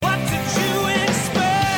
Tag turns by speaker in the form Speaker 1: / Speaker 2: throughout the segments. Speaker 1: What did you expect?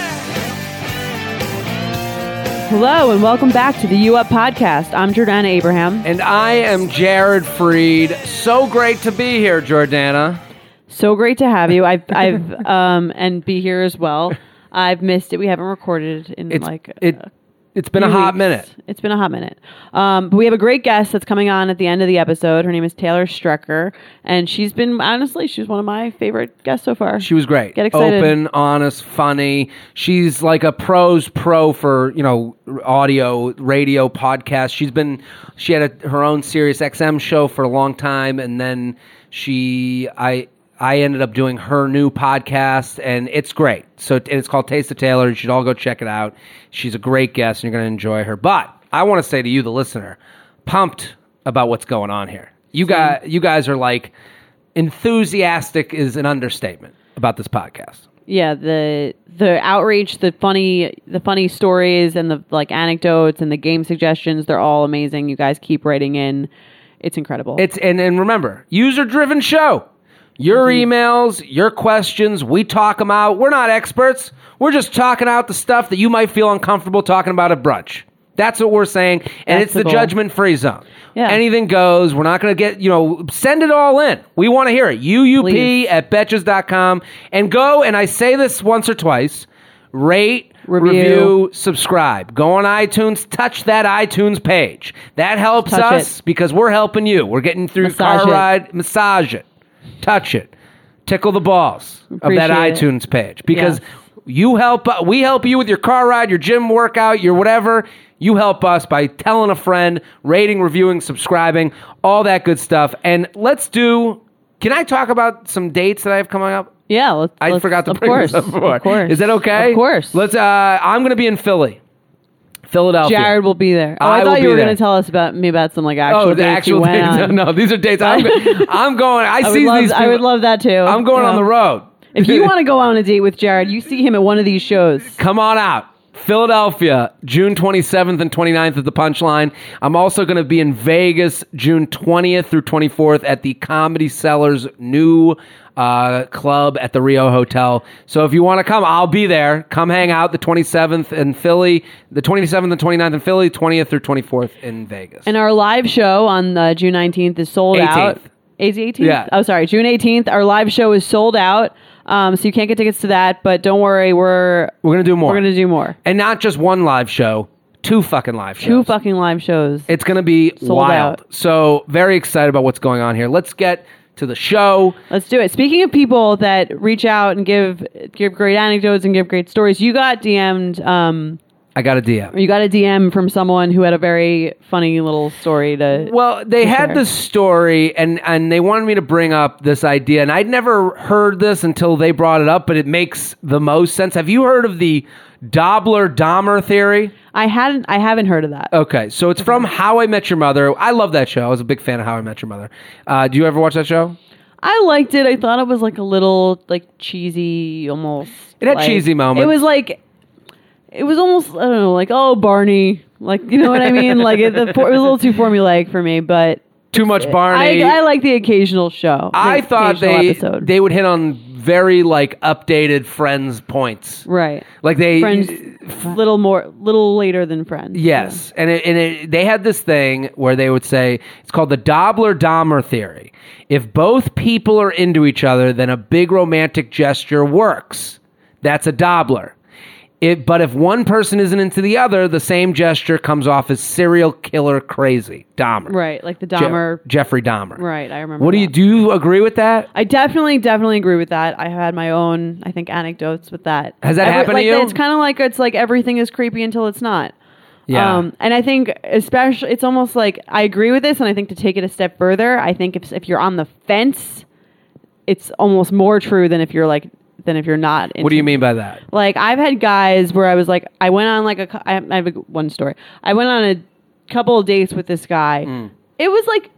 Speaker 2: Hello and welcome back to the U Up podcast. I'm Jordana Abraham.
Speaker 3: And I am Jared Freed. So great to be here, Jordana.
Speaker 2: So great to have you. I've, I've, um, and be here as well. I've missed it. We haven't recorded in
Speaker 3: It's
Speaker 2: like
Speaker 3: it.
Speaker 2: a
Speaker 3: It's been a
Speaker 2: few
Speaker 3: hot
Speaker 2: weeks.
Speaker 3: minute.
Speaker 2: It's been a hot minute. Um, but we have a great guest that's coming on at the end of the episode. Her name is Taylor Strecker, and she's been honestly, she's one of my favorite guests so far.
Speaker 3: She was great.
Speaker 2: Get excited.
Speaker 3: Open, honest, funny. She's like a pros pro for you know audio, radio, podcast. She's been she had a, her own Sirius XM show for a long time, and then she I I ended up doing her new podcast, and it's great. So and it's called Taste of Taylor. You should all go check it out. She's a great guest, and you're going to enjoy her. But I want to say to you, the listener, pumped about what's going on here. You guys, you guys are like enthusiastic is an understatement about this podcast.
Speaker 2: yeah the the outreach the funny the funny stories and the like anecdotes and the game suggestions they're all amazing you guys keep writing in it's incredible
Speaker 3: It's and and remember, user driven show. Your emails, your questions, we talk them out. We're not experts. We're just talking out the stuff that you might feel uncomfortable talking about at brunch. That's what we're saying, and
Speaker 2: That's
Speaker 3: it's
Speaker 2: the
Speaker 3: the,
Speaker 2: goal.
Speaker 3: judgment free zone.
Speaker 2: Yeah.
Speaker 3: Anything goes. We're not going to get, you know, send it all in. We want to hear it. UUP
Speaker 2: Please.
Speaker 3: at betches.com. And go, and I say this once or twice rate,
Speaker 2: Review.
Speaker 3: review subscribe. Go on iTunes, touch that iTunes page. That helps
Speaker 2: Touch
Speaker 3: us
Speaker 2: it.
Speaker 3: because we're helping you. We're getting through
Speaker 2: Massage
Speaker 3: car
Speaker 2: it.
Speaker 3: ride, massage it, touch it, tickle the balls of
Speaker 2: Appreciate
Speaker 3: that
Speaker 2: it.
Speaker 3: iTunes page because
Speaker 2: Yes.
Speaker 3: you help. We help you with your car ride, your gym workout, your whatever. You help us by telling a friend, rating, reviewing, subscribing, all that good stuff. And let's do. Can I talk about some dates that I have coming up?
Speaker 2: yeah let's,
Speaker 3: I
Speaker 2: let's-
Speaker 3: forgot to
Speaker 2: of
Speaker 3: bring
Speaker 2: course
Speaker 3: this up before.
Speaker 2: of course
Speaker 3: Is that okay?
Speaker 2: of course
Speaker 3: Let's. Uh, I'm going to be in Philly, Philadelphia.
Speaker 2: jared will be there oh, i,
Speaker 3: I will
Speaker 2: thought you
Speaker 3: be
Speaker 2: were
Speaker 3: there.
Speaker 2: to tell us about me about some like actual
Speaker 3: Oh,
Speaker 2: dates
Speaker 3: the
Speaker 2: you
Speaker 3: actual
Speaker 2: went
Speaker 3: dates.
Speaker 2: on.
Speaker 3: No, no, these are dates. I'm, go- I'm going. I,
Speaker 2: I,
Speaker 3: see
Speaker 2: would love,
Speaker 3: these.
Speaker 2: I would
Speaker 3: people.
Speaker 2: love that too
Speaker 3: I'm going on
Speaker 2: Yeah.
Speaker 3: the road.
Speaker 2: if you want to go on a date with jared you see him at one of these shows
Speaker 3: come on out. Philadelphia, June 27th and 29th at the Punchline. I'm also going to be in Vegas, June 20th through 24th at the Comedy Cellars new uh, club at the Rio Hotel. So if you want to come, I'll be there. Come hang out the 27th in Philly, the 27th and 29th in Philly, 20th through 24th in Vegas.
Speaker 2: And uh, our live show on uh, June 19th is sold
Speaker 3: 18th.
Speaker 2: out. Is it 18th?
Speaker 3: Yeah.
Speaker 2: Oh, sorry. June 18th. Our live show is sold out. Um, so you can't get tickets to that, but don't worry. We're,
Speaker 3: we're going to do more.
Speaker 2: we're going to do more.
Speaker 3: and not just one live show, two fucking live shows.
Speaker 2: Two fucking live shows.
Speaker 3: It's going to be
Speaker 2: Sold
Speaker 3: wild.
Speaker 2: out.
Speaker 3: So, very excited about what's going on here. Let's get to the show.
Speaker 2: Let's do it. Speaking of people that reach out and give give great anecdotes and give great stories, you got DM'd. Um,
Speaker 3: I got a DM.
Speaker 2: you got a DM from someone who had a very funny little story to.
Speaker 3: Well, they had
Speaker 2: sure.
Speaker 3: this story and and they wanted me to bring up this idea and I'd never heard this until they brought it up, but it makes the most sense. Have you heard of the Dobler Dahmer theory?
Speaker 2: I hadn't. I haven't heard of that.
Speaker 3: Okay, so it's from How I Met Your Mother. I love that show. I was a big fan of How I Met Your Mother. Uh, do you ever watch that show?
Speaker 2: I liked it. I thought it was like a little like cheesy almost.
Speaker 3: It had
Speaker 2: like-
Speaker 3: cheesy moments.
Speaker 2: It was like it was almost I don't know, like oh Barney, like you know what I mean? Like it, the, for- it was a little too formulaic for me, but
Speaker 3: Too much Barney.
Speaker 2: I, I like the occasional show. the
Speaker 3: I thought
Speaker 2: occasional
Speaker 3: they
Speaker 2: episode.
Speaker 3: they would hit on very like updated Friends points,
Speaker 2: right
Speaker 3: like they
Speaker 2: Friends little more little later than Friends.
Speaker 3: uh, yes, and it, and it, they had this thing where they would say it's called the Dobler Dahmer theory. If both people are into each other, then a big romantic gesture works. That's a Dobler. It, but if one person isn't into the other, the same gesture comes off as serial killer crazy. Dahmer.
Speaker 2: Yeah. right, like the
Speaker 3: Je-
Speaker 2: Dahmer.
Speaker 3: Jeffrey Dahmer.
Speaker 2: right, I remember.
Speaker 3: What do
Speaker 2: that.
Speaker 3: you do? You agree with that?
Speaker 2: I definitely, definitely agree with that. I had my own, I think, anecdotes with that.
Speaker 3: Has that happened to
Speaker 2: like,
Speaker 3: you?
Speaker 2: It's kind of like it's like everything is creepy until it's not. Um,
Speaker 3: Yeah.
Speaker 2: and I think especially, it's almost like I agree with this, and I think to take it a step further, I think if if you're on the fence, it's almost more true than if you're like than if you're not. Into
Speaker 3: What do you mean by that?
Speaker 2: Like I've had guys where I was like, I went on like a, cou- I I have a, one story. I went on a couple of dates with this guy. It was like,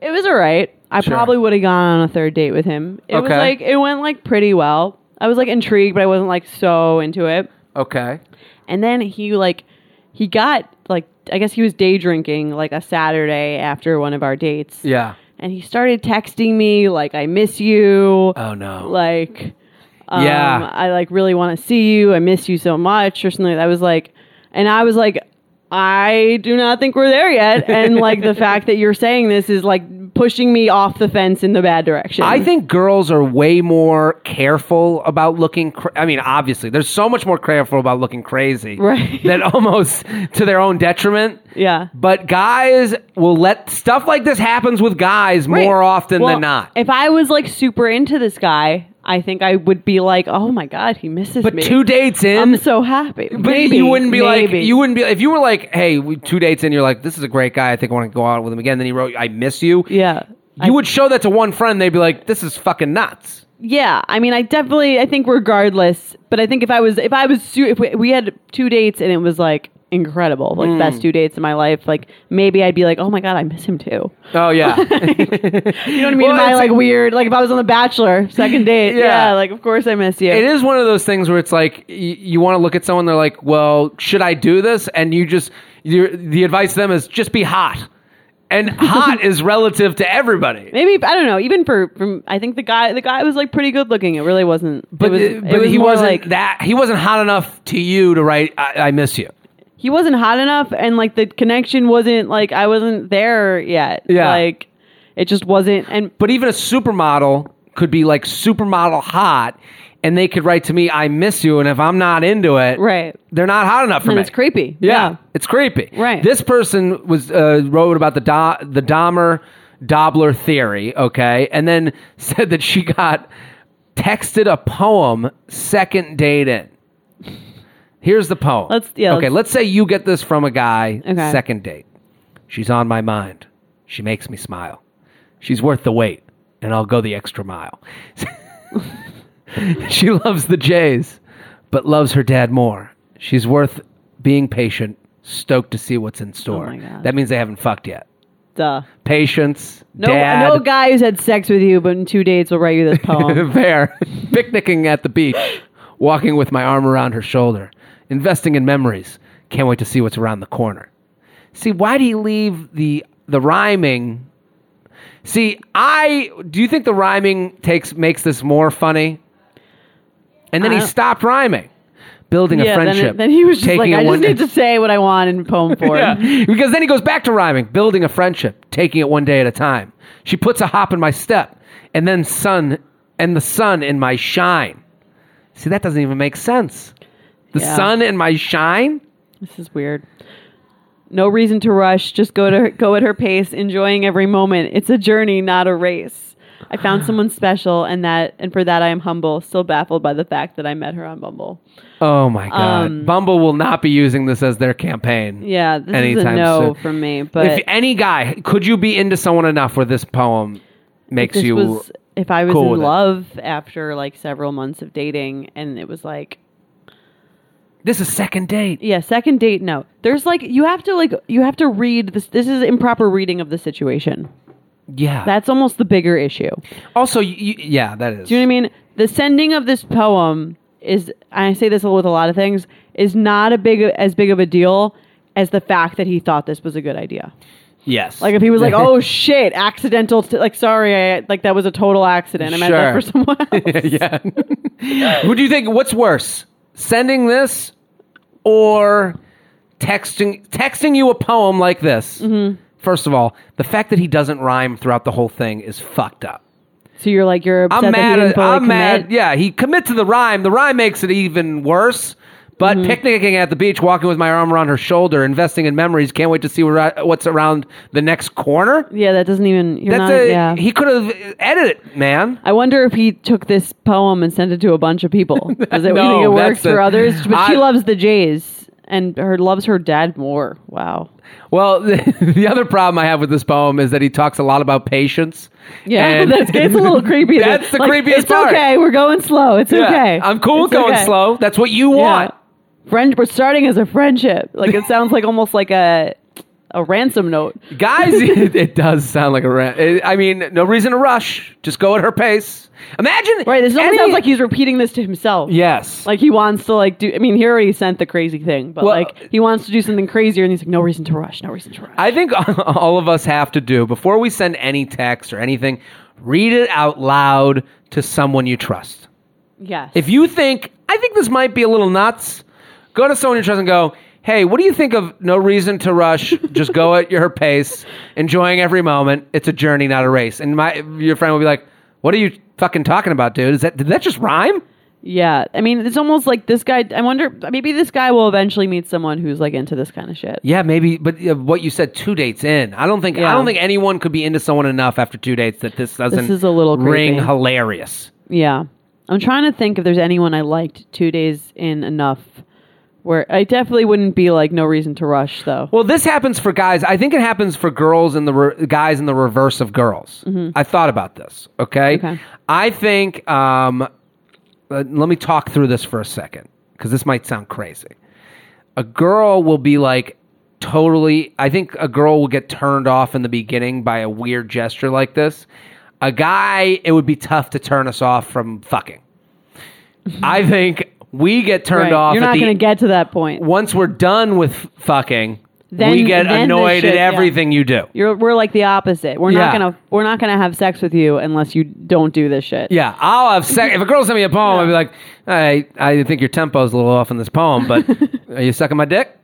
Speaker 2: it was all right. I
Speaker 3: Mm. Sure.
Speaker 2: probably would have gone on a third date with him. It was
Speaker 3: Okay.
Speaker 2: like it went like pretty well. I was like intrigued, but I wasn't like so into it.
Speaker 3: Okay.
Speaker 2: And then he like he got like I guess he was day drinking like a Saturday after one of our dates.
Speaker 3: Yeah.
Speaker 2: And he started texting me like I miss you.
Speaker 3: Oh no.
Speaker 2: Like um,
Speaker 3: Yeah.
Speaker 2: I like really want to see you. I miss you so much or something. I was like and I was like I do not think we're there yet and like the fact that you're saying this is like pushing me off the fence in the bad direction.
Speaker 3: I think girls are way more careful about looking. Cra- I mean, obviously, they're so much more careful about looking crazy,
Speaker 2: Right.
Speaker 3: That almost to their own detriment.
Speaker 2: Yeah.
Speaker 3: But guys will let stuff like this happens with guys
Speaker 2: Right.
Speaker 3: more often
Speaker 2: Well,
Speaker 3: than not.
Speaker 2: If I was like super into this guy, I think I would be like, "Oh my god, he misses
Speaker 3: But
Speaker 2: me."
Speaker 3: two dates in,
Speaker 2: I'm so happy.
Speaker 3: but
Speaker 2: Maybe,
Speaker 3: you wouldn't be
Speaker 2: maybe.
Speaker 3: like you wouldn't be if you were like, hey, we, two dates in, you're like, this is a great guy. I think I want to go out with him again. Then he wrote, I miss you.
Speaker 2: Yeah.
Speaker 3: You would show that to one friend, they'd be like, this is fucking nuts.
Speaker 2: Yeah, I mean, I definitely, I think regardless, but I think if I was, if I was, su- if we, we had two dates and it was like incredible, like
Speaker 3: Mm.
Speaker 2: best two dates in my life, like maybe I'd be like, oh my god, I miss him too. You know
Speaker 3: Oh yeah.
Speaker 2: what I mean?
Speaker 3: Well,
Speaker 2: Am I
Speaker 3: it's-
Speaker 2: like weird? Like if I was on The Bachelor, second date,
Speaker 3: Yeah.
Speaker 2: yeah, like of course I miss you.
Speaker 3: it is one of those things where it's like y- you want to look at someone they're like well should i do this and you just your the advice to them is just be hot and hot is relative to everybody
Speaker 2: Maybe I don't know. Even for from, I think the guy the guy was like pretty good looking. It really wasn't.
Speaker 3: but,
Speaker 2: it was,
Speaker 3: uh,
Speaker 2: it
Speaker 3: but
Speaker 2: was
Speaker 3: he
Speaker 2: more
Speaker 3: wasn't
Speaker 2: like
Speaker 3: that he wasn't hot enough to you to write i, I miss you
Speaker 2: he wasn't hot enough, and like the connection wasn't like I wasn't there yet.
Speaker 3: Yeah.
Speaker 2: like it just wasn't. And
Speaker 3: but even a supermodel could be like supermodel hot and they could write to me i miss you and if i'm not into it
Speaker 2: right,
Speaker 3: they're not hot enough for
Speaker 2: and
Speaker 3: me
Speaker 2: it's creepy.
Speaker 3: Yeah, it's creepy.
Speaker 2: Right.
Speaker 3: This person was uh, wrote about the Do- the Dahmer Dobler theory, okay, and then said that she got texted a poem second date in. Here's the poem.
Speaker 2: Let's- yeah,
Speaker 3: Okay.
Speaker 2: let's-
Speaker 3: Let's say you get this from a guy.
Speaker 2: Okay.
Speaker 3: Second date. She's on my mind. She makes me smile. She's worth the wait, and I'll go the extra mile. she loves the Jays, but loves her dad more. She's worth being patient, stoked to see what's in store.
Speaker 2: Oh my God.
Speaker 3: that means they haven't fucked yet.
Speaker 2: duh.
Speaker 3: Patience,
Speaker 2: No,
Speaker 3: dad,
Speaker 2: no guy who's had sex with you, but in two dates will write you this poem.
Speaker 3: Fair. Picnicking at the beach, walking with my arm around her shoulder, investing in memories. Can't wait to see what's around the corner. See, why do you leave the the rhyming? See, I do you think the rhyming takes makes this more funny? And then
Speaker 2: I
Speaker 3: he
Speaker 2: don't-
Speaker 3: stopped rhyming, building a
Speaker 2: yeah, then,
Speaker 3: friendship.
Speaker 2: it- then he was just
Speaker 3: taking
Speaker 2: like, I
Speaker 3: it one
Speaker 2: just need
Speaker 3: day-
Speaker 2: to say what I want in poem form.
Speaker 3: yeah, because then he goes back to rhyming, building a friendship, taking it one day at a time. She puts a hop in my step, and then sun, and the sun in my shine. See, that doesn't even make sense. The
Speaker 2: Yeah.
Speaker 3: sun in my shine.
Speaker 2: This is weird. No reason to rush. Just go to go at her pace, enjoying every moment. It's a journey, not a race. I found someone special, and that and for that I am humble. Still baffled by the fact that I met her on Bumble.
Speaker 3: Oh my god!
Speaker 2: Um,
Speaker 3: Bumble will not be using this as their campaign.
Speaker 2: Yeah, this
Speaker 3: Anytime
Speaker 2: is a no
Speaker 3: soon.
Speaker 2: from me. But
Speaker 3: if any guy, could you be into someone enough where this poem makes
Speaker 2: this
Speaker 3: you?
Speaker 2: was if I was
Speaker 3: cool with
Speaker 2: in
Speaker 3: it.
Speaker 2: love after like several months of dating, and it was like
Speaker 3: this is second date.
Speaker 2: Yeah, second date. No, there's like you have to like you have to read this. This is improper reading of the situation.
Speaker 3: Yeah.
Speaker 2: That's almost the bigger issue.
Speaker 3: also, y y- yeah, that is.
Speaker 2: Do you know what I mean? The sending of this poem is. I say this with a lot of things. Is not a big as big of a deal as the fact that he thought this was a good idea.
Speaker 3: yes.
Speaker 2: Like if he was like, "Oh shit, accidental," t- like sorry, I, like that was a total accident. I meant that
Speaker 3: Sure.
Speaker 2: for someone else.
Speaker 3: yeah. what do you think? What's worse, sending this or texting texting you a poem like this?
Speaker 2: Mm-hmm.
Speaker 3: First of all, the fact that he doesn't rhyme throughout the whole thing is fucked up.
Speaker 2: so you're like you're upset
Speaker 3: I'm
Speaker 2: that he
Speaker 3: mad.
Speaker 2: didn't
Speaker 3: At,
Speaker 2: fully
Speaker 3: I'm mad.
Speaker 2: commit?
Speaker 3: Yeah, he commit to the rhyme. The rhyme makes it even worse. But
Speaker 2: Mm-hmm.
Speaker 3: picnicking at the beach, walking with my arm around her shoulder, investing in memories, can't wait to see where- what's around the next corner.
Speaker 2: Yeah, that doesn't even. You're
Speaker 3: That's
Speaker 2: not,
Speaker 3: a,
Speaker 2: yeah.
Speaker 3: he could have edited, it, man.
Speaker 2: I wonder if he took this poem and sent it to a bunch of people. Does it, you
Speaker 3: No,
Speaker 2: think it
Speaker 3: that's
Speaker 2: works
Speaker 3: the-
Speaker 2: for others? But
Speaker 3: I-
Speaker 2: she loves the Jays, and her loves her dad more. Wow.
Speaker 3: Well, the, other problem I have with this poem is that he talks a lot about patience.
Speaker 2: Yeah,
Speaker 3: And-
Speaker 2: that gets a little creepy.
Speaker 3: That's the creepiest
Speaker 2: it's
Speaker 3: part.
Speaker 2: okay. We're going slow. It's
Speaker 3: Yeah,
Speaker 2: okay.
Speaker 3: I'm cool with
Speaker 2: It's
Speaker 3: going
Speaker 2: okay.
Speaker 3: slow. That's what you
Speaker 2: Yeah.
Speaker 3: want.
Speaker 2: Friend, we're starting as a friendship. Like it sounds like almost like a a ransom note.
Speaker 3: Guys, it, it does sound like a rant. It- I mean, no reason to rush. Just go at her pace. Imagine.
Speaker 2: Right. This almost
Speaker 3: any-
Speaker 2: sounds like he's repeating this to himself.
Speaker 3: Yes.
Speaker 2: Like he wants to like do. I mean, he already sent the crazy thing, but
Speaker 3: Well-
Speaker 2: like he wants to do something crazier, and he's like, no reason to rush. No reason to rush.
Speaker 3: I think all of us have to do before we send any text or anything, read it out loud to someone you trust.
Speaker 2: yes.
Speaker 3: If you think, I think this might be a little nuts, go to someone you trust and go, hey, what do you think of no reason to rush? Just go at your pace, enjoying every moment. It's a journey, not a race. And my your friend will be like, what are you fucking talking about, dude? Is that did that just rhyme?
Speaker 2: Yeah, I mean, it's almost like this guy. I wonder, maybe this guy will eventually meet someone who's like into this kind of shit.
Speaker 3: Yeah, maybe. But uh, what you said, two dates in. I don't think I
Speaker 2: Yeah.
Speaker 3: don't think anyone could be into someone enough after two dates that this doesn't
Speaker 2: is a little
Speaker 3: ring
Speaker 2: creepy.
Speaker 3: hilarious.
Speaker 2: Yeah, I'm trying to think if there's anyone I liked two days in enough. Where I definitely wouldn't be like no reason to rush though.
Speaker 3: Well, this happens for guys. I think it happens for girls and the re- guys in the reverse of girls. I thought about this. Okay,
Speaker 2: Mm-hmm. Okay.
Speaker 3: I think. Um, uh, let me talk through this for a second because this might sound crazy. A girl will be like totally. I think a girl will get turned off in the beginning by a weird gesture like this. A guy, it would be tough to turn us off from fucking. I think we get turned
Speaker 2: Right.
Speaker 3: off.
Speaker 2: You're
Speaker 3: at
Speaker 2: not
Speaker 3: the e-
Speaker 2: going to get to that point.
Speaker 3: once we're done with fucking,
Speaker 2: Then-
Speaker 3: we get
Speaker 2: then the
Speaker 3: annoyed
Speaker 2: shit,
Speaker 3: at
Speaker 2: yeah.
Speaker 3: everything you do.
Speaker 2: You're we're like the opposite. We're
Speaker 3: Yeah.
Speaker 2: not gonna we're not gonna have sex with you unless you don't do this shit.
Speaker 3: Yeah, I'll have sex. If a girl sent me a poem, I'd be like, I, I think your tempo's a little off in this poem, but are you sucking my dick?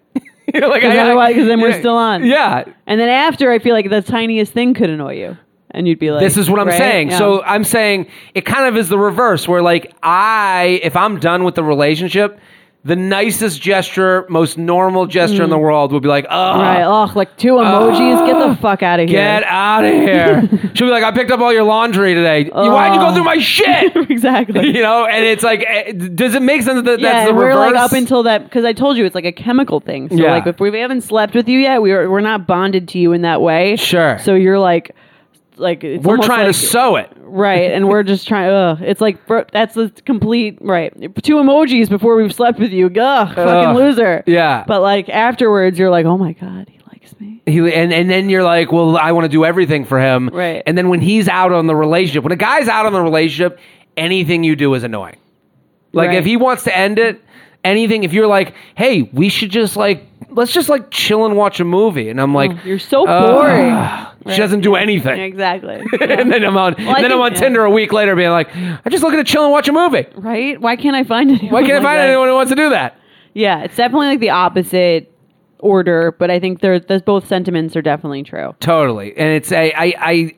Speaker 3: You know, like,
Speaker 2: Because
Speaker 3: I- I-
Speaker 2: otherwise, because then we're
Speaker 3: yeah.
Speaker 2: still on.
Speaker 3: Yeah.
Speaker 2: And then after, I feel like the tiniest thing could annoy you, and you'd be like,
Speaker 3: This is what I'm
Speaker 2: right?
Speaker 3: saying.
Speaker 2: Yeah.
Speaker 3: So I'm saying it kind of is the reverse, where like I, if I'm done with the relationship, the nicest gesture, most normal gesture in the world would be like, oh,
Speaker 2: Mm. right, ugh, like two emojis. get the fuck out of here.
Speaker 3: uh, Get out of here. She'll be like, I picked up all your laundry today. Why'd you go
Speaker 2: Oh.
Speaker 3: through my shit?
Speaker 2: exactly.
Speaker 3: you know, and it's like, eh, does it make sense that that's
Speaker 2: yeah,
Speaker 3: the
Speaker 2: and we're
Speaker 3: reverse?
Speaker 2: like up until that because I told you it's like a chemical thing. So
Speaker 3: Yeah.
Speaker 2: like if we haven't slept with you yet, we're we're not bonded to you in that way.
Speaker 3: Sure.
Speaker 2: So you're like, like it's
Speaker 3: we're
Speaker 2: almost
Speaker 3: trying
Speaker 2: like-
Speaker 3: to sew it.
Speaker 2: right, and we're just trying. Ugh, it's like bro, that's the complete right. Two emojis before we've slept with you. Ugh, fucking loser.
Speaker 3: yeah.
Speaker 2: But like afterwards, you're like, oh my god, he likes me.
Speaker 3: He, and, and then you're like, well, I want to do everything for him.
Speaker 2: Right.
Speaker 3: And then when he's out on the relationship, when a guy's out on the relationship, anything you do is annoying. Like
Speaker 2: Right.
Speaker 3: if he wants to end it, anything, if you're like, hey, we should just like, let's just like chill and watch a movie. And I'm like,
Speaker 2: Oh, you're so
Speaker 3: "Ugh."
Speaker 2: boring.
Speaker 3: She doesn't do anything.
Speaker 2: Exactly.
Speaker 3: and then I'm on.
Speaker 2: I
Speaker 3: then I'm
Speaker 2: think-
Speaker 3: on
Speaker 2: yeah.
Speaker 3: Tinder a week later, being like, I'm just looking to chill and watch a movie.
Speaker 2: right? Why can't I find anyone?
Speaker 3: Why can't I
Speaker 2: like
Speaker 3: find
Speaker 2: that?
Speaker 3: anyone who wants to do that?
Speaker 2: Yeah, it's definitely like the opposite order, but I think they're those both sentiments are definitely true.
Speaker 3: Totally. And it's a I I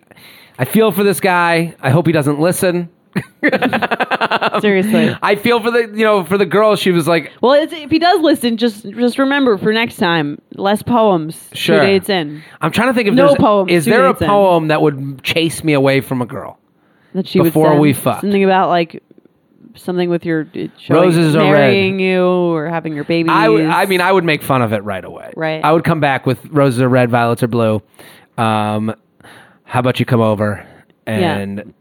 Speaker 3: I feel for this guy. I hope he doesn't listen. Oh.
Speaker 2: Seriously.
Speaker 3: I feel for the you know for the girl. She was like,
Speaker 2: Well, it's, if he does listen, just just remember for next time, less poems.
Speaker 3: Sure.
Speaker 2: Two dates in
Speaker 3: I'm trying to think if
Speaker 2: No
Speaker 3: there's
Speaker 2: poems,
Speaker 3: is
Speaker 2: two
Speaker 3: there a
Speaker 2: dates in.
Speaker 3: poem that would chase me away from a girl.
Speaker 2: that she would
Speaker 3: Before
Speaker 2: send
Speaker 3: we fuck.
Speaker 2: something about like something with your it showing,
Speaker 3: Roses are red.
Speaker 2: marrying you or having your babies.
Speaker 3: I would- I mean I would make fun of it right away.
Speaker 2: Right.
Speaker 3: I would come back with roses are red, violets are blue. Um, how about you come over and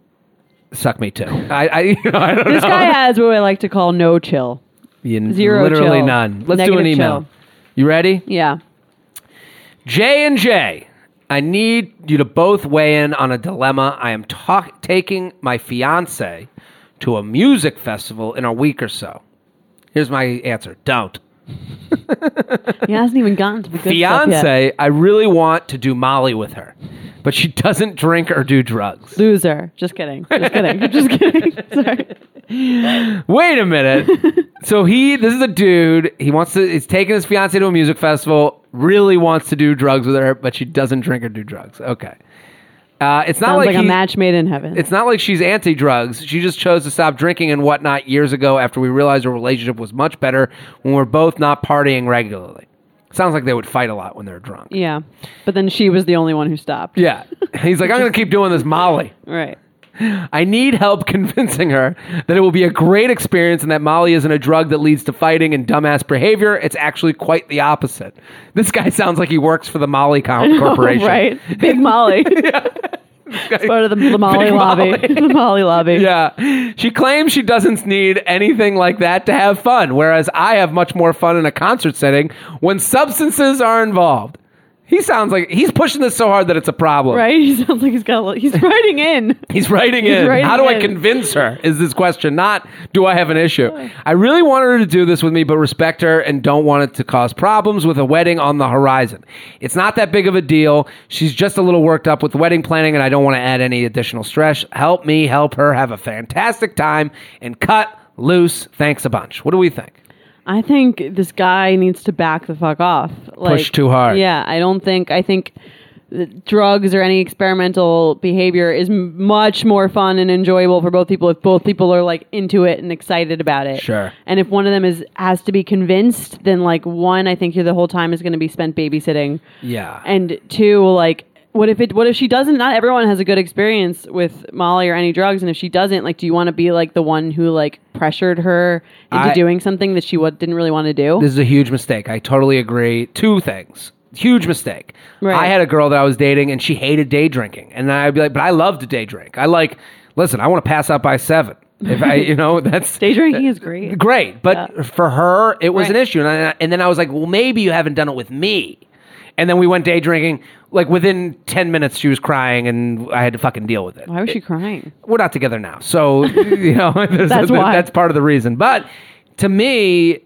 Speaker 3: suck me too? I I, you know, I don't
Speaker 2: this
Speaker 3: know.
Speaker 2: guy has what I like to call no chill.
Speaker 3: You,
Speaker 2: Zero
Speaker 3: literally
Speaker 2: chill.
Speaker 3: none. Let's do
Speaker 2: Negative
Speaker 3: an email.
Speaker 2: chill.
Speaker 3: You ready?
Speaker 2: Yeah.
Speaker 3: J and J. I need you to both weigh in on a dilemma. I am talk- taking my fiance to a music festival in a week or so. Here's my answer. Don't.
Speaker 2: He hasn't even gotten to the good stuff yet.
Speaker 3: Fiance, I really want to do Molly with her, but she doesn't drink or do drugs.
Speaker 2: Loser. Just kidding. Just kidding. Just kidding. Sorry.
Speaker 3: Wait a minute. so he, this is a dude. He wants to. He's taking his fiance to a music festival. Really wants to do drugs with her, but she doesn't drink or do drugs. Okay. Uh, it's not
Speaker 2: Sounds
Speaker 3: like,
Speaker 2: like, a
Speaker 3: he-
Speaker 2: match made in heaven.
Speaker 3: It's not like she's anti-drugs. She just chose to stop drinking and whatnot years ago after we realized our relationship was much better when we're both not partying regularly. Sounds like they would fight a lot when they're drunk.
Speaker 2: Yeah. But then she was the only one who stopped.
Speaker 3: Yeah. He's like, I'm going to keep doing this Molly.
Speaker 2: Right.
Speaker 3: I need help convincing her that it will be a great experience and that Molly isn't a drug that leads to fighting and dumbass behavior. It's actually quite the opposite. This guy sounds like he works for the Molly Co- Corporation.
Speaker 2: right? Big Molly. It's part of the, the Molly
Speaker 3: Big
Speaker 2: lobby.
Speaker 3: Molly.
Speaker 2: the Molly lobby.
Speaker 3: Yeah. She claims she doesn't need anything like that to have fun, whereas I have much more fun in a concert setting when substances are involved. He sounds like he's pushing this so hard that it's a problem.
Speaker 2: Right? He sounds like he's got a little, he's writing in.
Speaker 3: He's writing
Speaker 2: He's
Speaker 3: in.
Speaker 2: writing
Speaker 3: How do I
Speaker 2: in.
Speaker 3: convince her? Is this question not do I have an issue? I really want her to do this with me, but respect her and don't want it to cause problems with a wedding on the horizon. It's not that big of a deal. She's just a little worked up with wedding planning, and I don't want to add any additional stress. Help me, help her have a fantastic time and cut loose. Thanks a bunch. What do we think?
Speaker 2: I think this guy needs to back the fuck off. Like,
Speaker 3: too hard.
Speaker 2: Yeah, I don't think. I think that drugs or any experimental behavior is m- much more fun and enjoyable for both people if both people are like into it and excited about it.
Speaker 3: Sure.
Speaker 2: And if one of them is has to be convinced, then like one, I think the whole time is going to be spent babysitting.
Speaker 3: Yeah.
Speaker 2: And two, like, what if it? What if she doesn't? Not everyone has a good experience with Molly or any drugs, and if she doesn't, like, do you want to be like the one who like pressured her into
Speaker 3: I-
Speaker 2: doing something that she wa- didn't really want to do?
Speaker 3: This is a huge mistake. I totally agree. Two things. Huge mistake.
Speaker 2: Right.
Speaker 3: I had a girl that I was dating and she hated day drinking. And then I'd be like, but I love to day drink. I like, listen, I want to pass out by seven. If I, you know, that's
Speaker 2: Day drinking is great.
Speaker 3: great. But for her, it was an
Speaker 2: Right.
Speaker 3: issue. And, I, and then I was like, well, maybe you haven't done it with me. And then we went day drinking. Like within 10 minutes, she was crying and I had to fucking deal with it
Speaker 2: Why was she crying?
Speaker 3: we're not together now. So, you know, there's-
Speaker 2: That's why.
Speaker 3: that's part of the reason. But to me,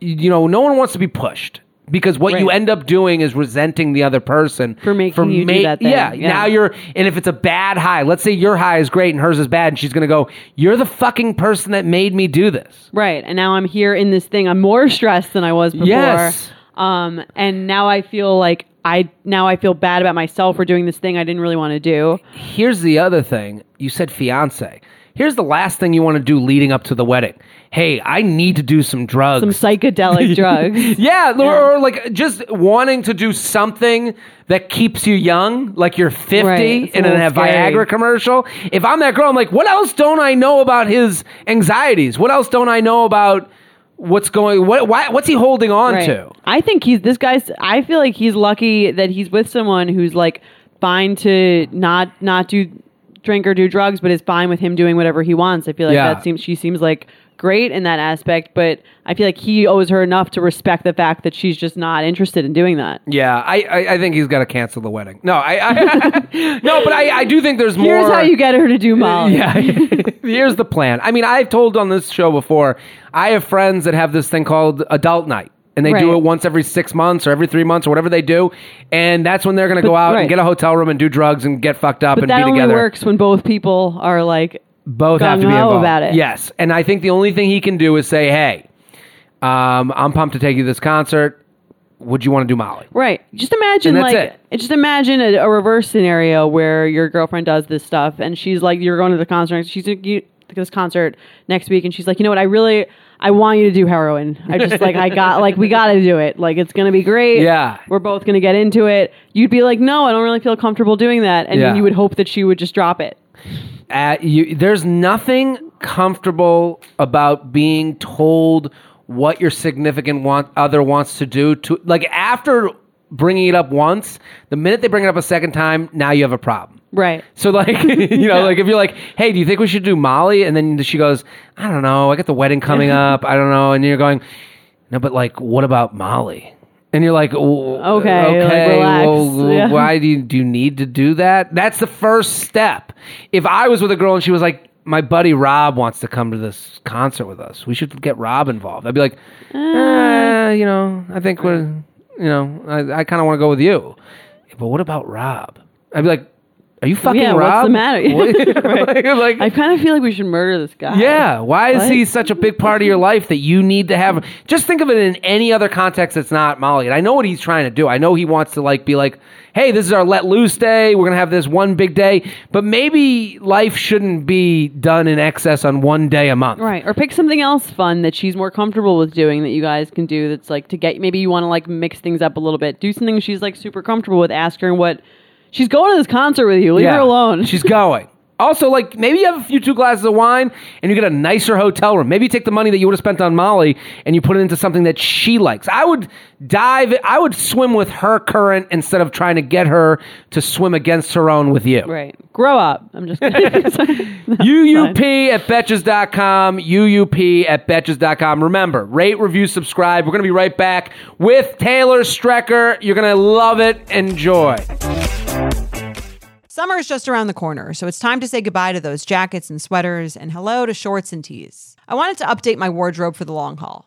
Speaker 3: you know, no one wants to be pushed because what you
Speaker 2: Right.
Speaker 3: end up doing is resenting the other person
Speaker 2: For making you do that thing.
Speaker 3: Yeah,
Speaker 2: Yeah.
Speaker 3: Now you're, and if it's a bad high, let's say your high is great and hers is bad, and she's going to go, You're the fucking person that made me do this.
Speaker 2: Right. And now I'm here in this thing. I'm more stressed than I was before.
Speaker 3: Yes.
Speaker 2: Um, and now I feel like I now I feel bad about myself for doing this thing I didn't really want to do.
Speaker 3: Here's the other thing you said fiance. Here's the last thing you want to do leading up to the wedding. Hey, I need to do some drugs.
Speaker 2: Some psychedelic drugs.
Speaker 3: Yeah, or, or like just wanting to do something that keeps you young, like you're 50
Speaker 2: Right, it's a
Speaker 3: and in
Speaker 2: little
Speaker 3: a
Speaker 2: scary.
Speaker 3: Viagra commercial. If I'm that girl, I'm like, what else don't I know about his anxieties? What else don't I know about what's going? What why, what's he holding on
Speaker 2: Right.
Speaker 3: to?
Speaker 2: I think he's this guy's. I feel like he's lucky that he's with someone who's like fine to not not do drink or do drugs, but is fine with him doing whatever he wants. I feel like
Speaker 3: Yeah.
Speaker 2: that seems she seems like great in that aspect, but I feel like he owes her enough to respect the fact that she's just not interested in doing that.
Speaker 3: Yeah, I, I, I think he's got to cancel the wedding. No, I, I no, but I, I do think there's more.
Speaker 2: Here's how you get her to do Molly.
Speaker 3: Yeah. Here's the plan. I mean, I've told on this show before, I have friends that have this thing called adult night. And they do
Speaker 2: Right.
Speaker 3: it once every six months or every three months or whatever they do. And that's when they're going to go out and
Speaker 2: right.
Speaker 3: get a hotel room and do drugs and get fucked up
Speaker 2: But
Speaker 3: and
Speaker 2: that
Speaker 3: be
Speaker 2: only
Speaker 3: together.
Speaker 2: works when both people are like
Speaker 3: Both have to be
Speaker 2: gung-ho
Speaker 3: involved.
Speaker 2: about it.
Speaker 3: Yes. And I think the only thing he can do is say, hey, um, I'm pumped to take you to this concert. Would you want to do Molly?
Speaker 2: Right. Just imagine
Speaker 3: And that's
Speaker 2: like just imagine a, a reverse scenario where your girlfriend does this stuff and she's like you're going to the concert she's like you to this concert next week and she's like, "You know what? I really I want you to do heroin. I just like I got like we got to do it. Like it's going to be great.
Speaker 3: Yeah.
Speaker 2: We're both going to get into it." You'd be like, "No, I don't really feel comfortable doing that." And
Speaker 3: Yeah.
Speaker 2: you would hope that she would just drop it.
Speaker 3: at you there's nothing comfortable about being told what your significant want, other wants to do to like after bringing it up once the minute they bring it up a second time now you have a problem
Speaker 2: Right.
Speaker 3: so like you know like if you're like hey do you think we should do molly and then she goes i don't know i got the wedding coming up i don't know and you're going no but like what about molly and you're like, "Oh,
Speaker 2: Okay, like, relax."
Speaker 3: well,
Speaker 2: Yeah.
Speaker 3: why do you, do you need to do that? That's the first step. If I was with a girl and she was like, my buddy Rob wants to come to this concert with us, we should get Rob involved. I'd be like, "Uh, you know, I think we're, you know, I, I kind of want to go with you. But what about Rob? I'd be like, are you fucking
Speaker 2: yeah, what's
Speaker 3: Rob?
Speaker 2: the matter?
Speaker 3: What- like,
Speaker 2: I kind of feel like we should murder this guy.
Speaker 3: yeah. Why is
Speaker 2: What?
Speaker 3: he such a big part of your life that you need to have? Just think of it in any other context that's not Molly. And I know what he's trying to do. I know he wants to like be like, hey, this is our let loose day. We're gonna have this one big day. But maybe life shouldn't be done in excess on one day a month.
Speaker 2: Right. Or pick something else fun that she's more comfortable with doing that you guys can do that's like to get maybe you want to like mix things up a little bit. Do something she's like super comfortable with. Ask her what she's going to this concert with you. Leave her alone.
Speaker 3: She's going. Also, like maybe you have a few two glasses of wine and you get a nicer hotel room. Maybe you take the money that you would have spent on Molly and you put it into something that she likes. I would dive. I would swim with her current instead of trying to get her to swim against her own with you.
Speaker 2: Right. Grow up. I'm just kidding.
Speaker 3: UUP at betches.com. UUP at betches.com. Remember, rate, review, subscribe. We're going to be right back with Taylor Strecker. You're going to love it. Enjoy.
Speaker 4: Summer is just around the corner, so it's time to say goodbye to those jackets and sweaters and hello to shorts and tees. I wanted to update my wardrobe for the long haul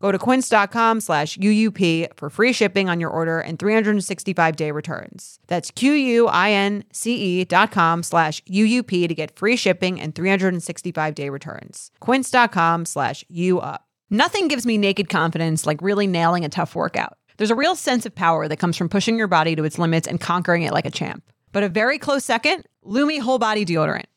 Speaker 4: Go to quince.com slash UUP for free shipping on your order and 365 day returns. That's Q-U-I-N-C-E E dot com slash UUP to get free shipping and 365 day returns. Quince.com slash UUP. Nothing gives me naked confidence like really nailing a tough workout. There's a real sense of power that comes from pushing your body to its limits and conquering it like a champ. But a very close second, Lumi Whole Body Deodorant.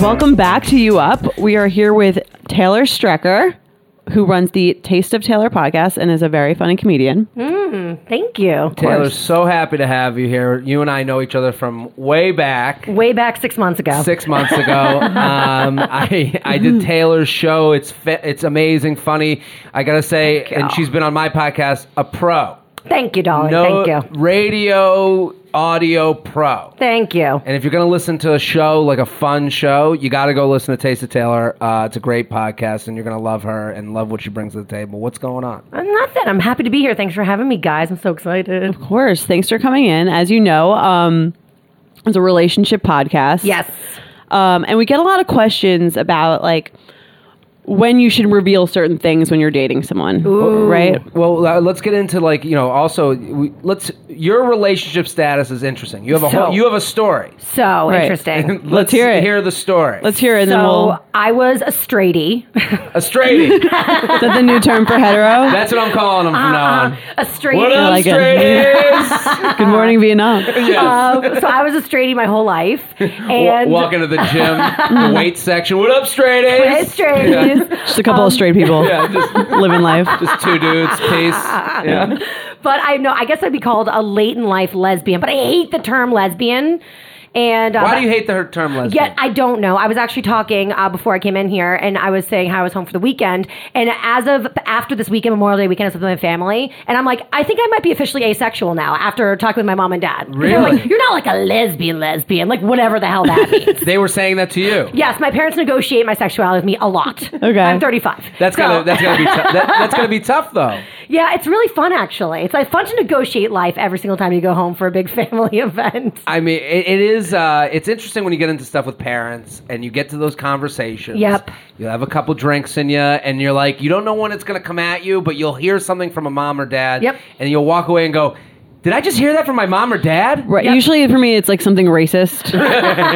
Speaker 2: Welcome back to You Up. We are here with Taylor Strecker, who runs the Taste of Taylor podcast and is a very funny comedian.
Speaker 5: Thank you.
Speaker 3: Taylor, so happy to have you here. You and I know each other from way back.
Speaker 5: Way back six months ago.
Speaker 3: Six months ago, um, I I did
Speaker 5: Mm.
Speaker 3: Taylor's show. It's fa- it's amazing, funny. I gotta say, and she's been on my podcast, a pro.
Speaker 5: Thank you, darling.
Speaker 3: No
Speaker 5: Oh, Thank you.
Speaker 3: radio audio pro.
Speaker 5: Thank you.
Speaker 3: And if you're going to listen to a show like a fun show, you got to go listen to Taste of Taylor. Uh, it's a great podcast, and you're going to love her and love what she brings to the table. What's going on?
Speaker 5: Uh, Nothing. I'm happy to be here. Thanks for having me, guys. I'm so excited.
Speaker 2: Of course. Thanks for coming in. As you know, um, it's a relationship podcast.
Speaker 5: Yes.
Speaker 2: Um, and we get a lot of questions about like when you should reveal certain things when you're dating someone, right?
Speaker 3: Well, uh, let's get into like you know. Also, we, let's your relationship status is interesting. You have a
Speaker 5: So-
Speaker 3: whole, you have a story.
Speaker 5: So
Speaker 2: Right.
Speaker 5: interesting.
Speaker 3: Let's
Speaker 2: hear it.
Speaker 3: Hear the story.
Speaker 2: Let's hear it, and then
Speaker 5: so
Speaker 2: we'll.
Speaker 5: I was a straightie.
Speaker 3: a straighty.
Speaker 2: Is that the new term for hetero?
Speaker 3: That's what I'm calling them from now on.
Speaker 5: a
Speaker 3: What
Speaker 5: straightie.
Speaker 3: up,
Speaker 2: like it.
Speaker 3: straighties?
Speaker 2: Good morning, Vietnam.
Speaker 5: Um, so I was a straightie my whole life. And
Speaker 3: Walking to the gym, the weight section. What up,
Speaker 5: Hey,
Speaker 3: straighties?
Speaker 5: straighties.
Speaker 2: Just a couple of straight people
Speaker 3: Yeah, just
Speaker 2: living life.
Speaker 3: Just two dudes, peace. Yeah.
Speaker 5: But I know I guess I'd be called a late in life lesbian, but I hate the term lesbian. And um,
Speaker 3: Why do you hate the term lesbian?
Speaker 5: Yet I don't know. I was actually talking uh, before I came in here, and I was saying how I was home for the weekend, and as of after this weekend, Memorial Day weekend, I was with my family, and I'm like, I think I might be officially asexual now after talking with my mom and dad. And they're
Speaker 3: Really?
Speaker 5: like, You're not like a lesbian, lesbian, like whatever the hell that means.
Speaker 3: they were saying that to you.
Speaker 5: yes, my parents negotiate my sexuality with me a lot.
Speaker 2: Okay.
Speaker 5: I'm 35.
Speaker 3: That's
Speaker 5: So-
Speaker 3: gonna that's gonna be tou- that, that's gonna be tough though.
Speaker 5: yeah, it's really fun actually. It's like fun to negotiate life every single time you go home for a big family event.
Speaker 3: I mean, it, it is. Uh, it's interesting when you get into stuff with parents and you get to those conversations.
Speaker 5: Yep.
Speaker 3: You'll have a couple drinks in you, and you're like, you don't know when it's gonna come at you, but you'll hear something from a mom or dad.
Speaker 5: Yep.
Speaker 3: And you'll walk away and go, "Did I just hear that from my mom or dad?"
Speaker 2: Right. Usually for me, it's like something racist.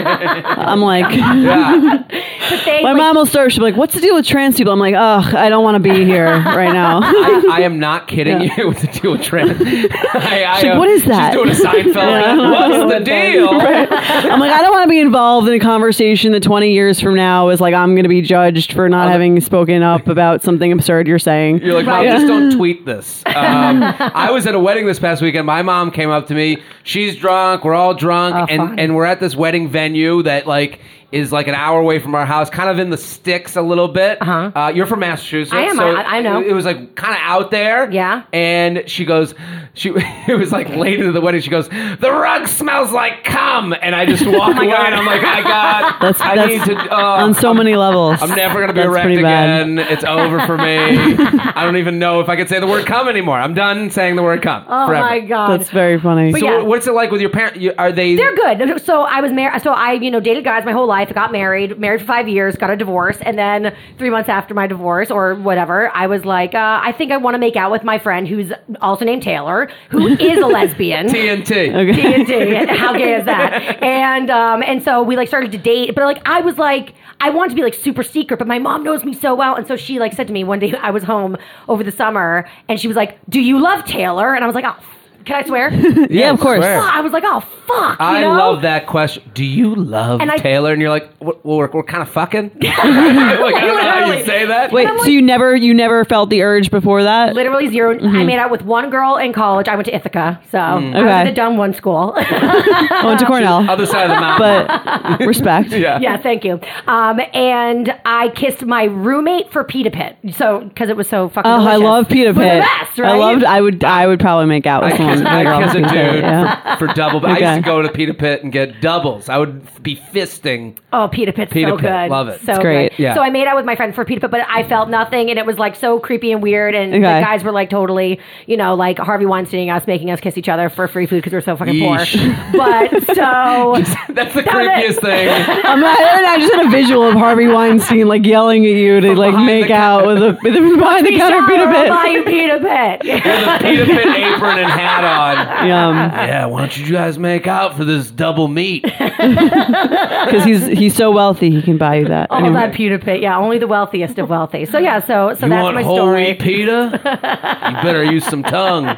Speaker 2: I'm like,
Speaker 3: Yeah.
Speaker 5: But they,
Speaker 2: my
Speaker 5: like,
Speaker 2: mom will start. She'll be like, "What's the deal with trans people?" I'm like, "Ugh, I don't want to be here right now."
Speaker 3: I, I am not kidding
Speaker 2: Yeah.
Speaker 3: you with the deal with trans. I, I,
Speaker 2: She's like,
Speaker 3: uh,
Speaker 2: "What is that?"
Speaker 3: She's doing a Seinfeld. What's the deal?
Speaker 2: I'm like, I don't want to be involved in a conversation that 20 years from now is like I'm going to be judged for not having spoken up about something absurd you're saying.
Speaker 3: You're like, mom,
Speaker 2: Yeah.
Speaker 3: just don't tweet this. Um, I was at a wedding this past weekend. My mom came up to me. She's drunk. We're all drunk,
Speaker 5: Oh,
Speaker 3: and
Speaker 5: fun.
Speaker 3: and we're at this wedding venue that like is like an hour away from our house, kind of in the sticks a little bit.
Speaker 5: Uh-huh.
Speaker 3: Uh, you're from Massachusetts.
Speaker 5: I am. I- I know.
Speaker 3: It, it was like kind of out there.
Speaker 5: Yeah.
Speaker 3: And she goes, she it was like late into the wedding. She goes, the rug smells like cum, and I just walk away,
Speaker 5: Oh God.
Speaker 3: and I'm like, I got.
Speaker 2: That's-
Speaker 3: I
Speaker 2: that's
Speaker 3: need to. Uh,
Speaker 2: on so many levels.
Speaker 3: I'm never gonna be
Speaker 2: That's
Speaker 3: erect
Speaker 2: pretty bad.
Speaker 3: again. It's over for me. I don't even know if I could say the word "cum" anymore. I'm done saying the word "cum."
Speaker 5: oh
Speaker 3: forever.
Speaker 5: my god.
Speaker 2: That's very funny.
Speaker 5: But
Speaker 3: So
Speaker 5: yeah.
Speaker 3: what's it like with your parents? Are they?
Speaker 5: They're good. So I was married. So I, you know, dated guys my whole life. Got married. Married for five years. Got a divorce, and then three months after my divorce or whatever, I was like, uh, I think I want to make out with my friend who's also named Taylor, who is a lesbian.
Speaker 3: TNT.
Speaker 2: Okay.
Speaker 5: D&D. How gay is that? And um, and so we like started to date, but like I was like I wanted to be like super secret, but my mom knows me so well, and so she like said to me one day I was home over the summer, and she was like, "Do you love Taylor?" And I was like, "Oh, f- can I swear?"
Speaker 2: yeah, of course.
Speaker 3: swear.
Speaker 5: I was like, "Oh, fuck!" You
Speaker 3: I
Speaker 5: know?
Speaker 3: love that question. Do you love
Speaker 5: And I-
Speaker 3: Taylor? and you're like, "What- well, we're, we're kind of fucking. like, I don't know how you
Speaker 5: Literally.
Speaker 3: say that.
Speaker 2: Wait,
Speaker 5: I'm
Speaker 2: so
Speaker 5: like-
Speaker 2: you never you never felt the urge before that?
Speaker 5: Literally 0 I made out with one girl in college. I went to Ithaca, so I was
Speaker 2: Mm-hmm. Mm. Okay.
Speaker 5: at the dumb one school.
Speaker 2: I went to Cornell,
Speaker 3: Other side of the mountain.
Speaker 2: but respect.
Speaker 3: Uh, yeah.
Speaker 5: yeah, thank you. Um, and I kissed my roommate for Pita Pit, so because it was so fucking.
Speaker 2: Oh, I
Speaker 5: delicious.
Speaker 2: love Peter
Speaker 5: We're the
Speaker 2: Pitt.
Speaker 5: best, right?
Speaker 2: I loved. I would. I would probably make out with
Speaker 3: I
Speaker 2: someone.
Speaker 3: kiss, I kiss a dude
Speaker 2: Yeah.
Speaker 3: for, for double. I used
Speaker 2: Okay.
Speaker 3: to go to Pita Pit and get doubles. I would be fisting.
Speaker 5: Oh, Pita Pit's
Speaker 3: Pita
Speaker 5: so
Speaker 3: Pit.
Speaker 5: good.
Speaker 3: Love it.
Speaker 5: So
Speaker 2: It's great.
Speaker 5: good.
Speaker 3: Yeah.
Speaker 5: So I made out with my friend for Pita Pit, but I felt nothing, and it was like so creepy and weird. And the
Speaker 2: Okay.
Speaker 5: guys were like totally, you know, like Harvey Weinstein us, making us kiss each other for free food because we're so fucking
Speaker 3: Yeesh.
Speaker 5: poor. But so
Speaker 3: That's the
Speaker 5: That
Speaker 3: creepiest
Speaker 5: was
Speaker 3: thing.
Speaker 2: I'm not, I just had a visual of Harvey Weinstein like yelling at you to like
Speaker 3: behind
Speaker 2: make
Speaker 3: the
Speaker 2: out with a with a behind the counter Peter
Speaker 5: I'll buy
Speaker 2: Pitt.
Speaker 5: you Pita Pit.
Speaker 3: With a Pita Pit apron and hat on.
Speaker 2: Yum,
Speaker 3: Yeah, why don't you guys make out for this double meat?
Speaker 2: because he's he's so wealthy he can buy you that.
Speaker 5: All
Speaker 2: Anyway.
Speaker 5: that Pita Pit. Yeah, only the wealthiest of wealthy. So yeah, so so
Speaker 3: you
Speaker 5: that's
Speaker 3: want
Speaker 5: my
Speaker 3: whole
Speaker 5: story.
Speaker 3: wheat pita? You better use some tongue.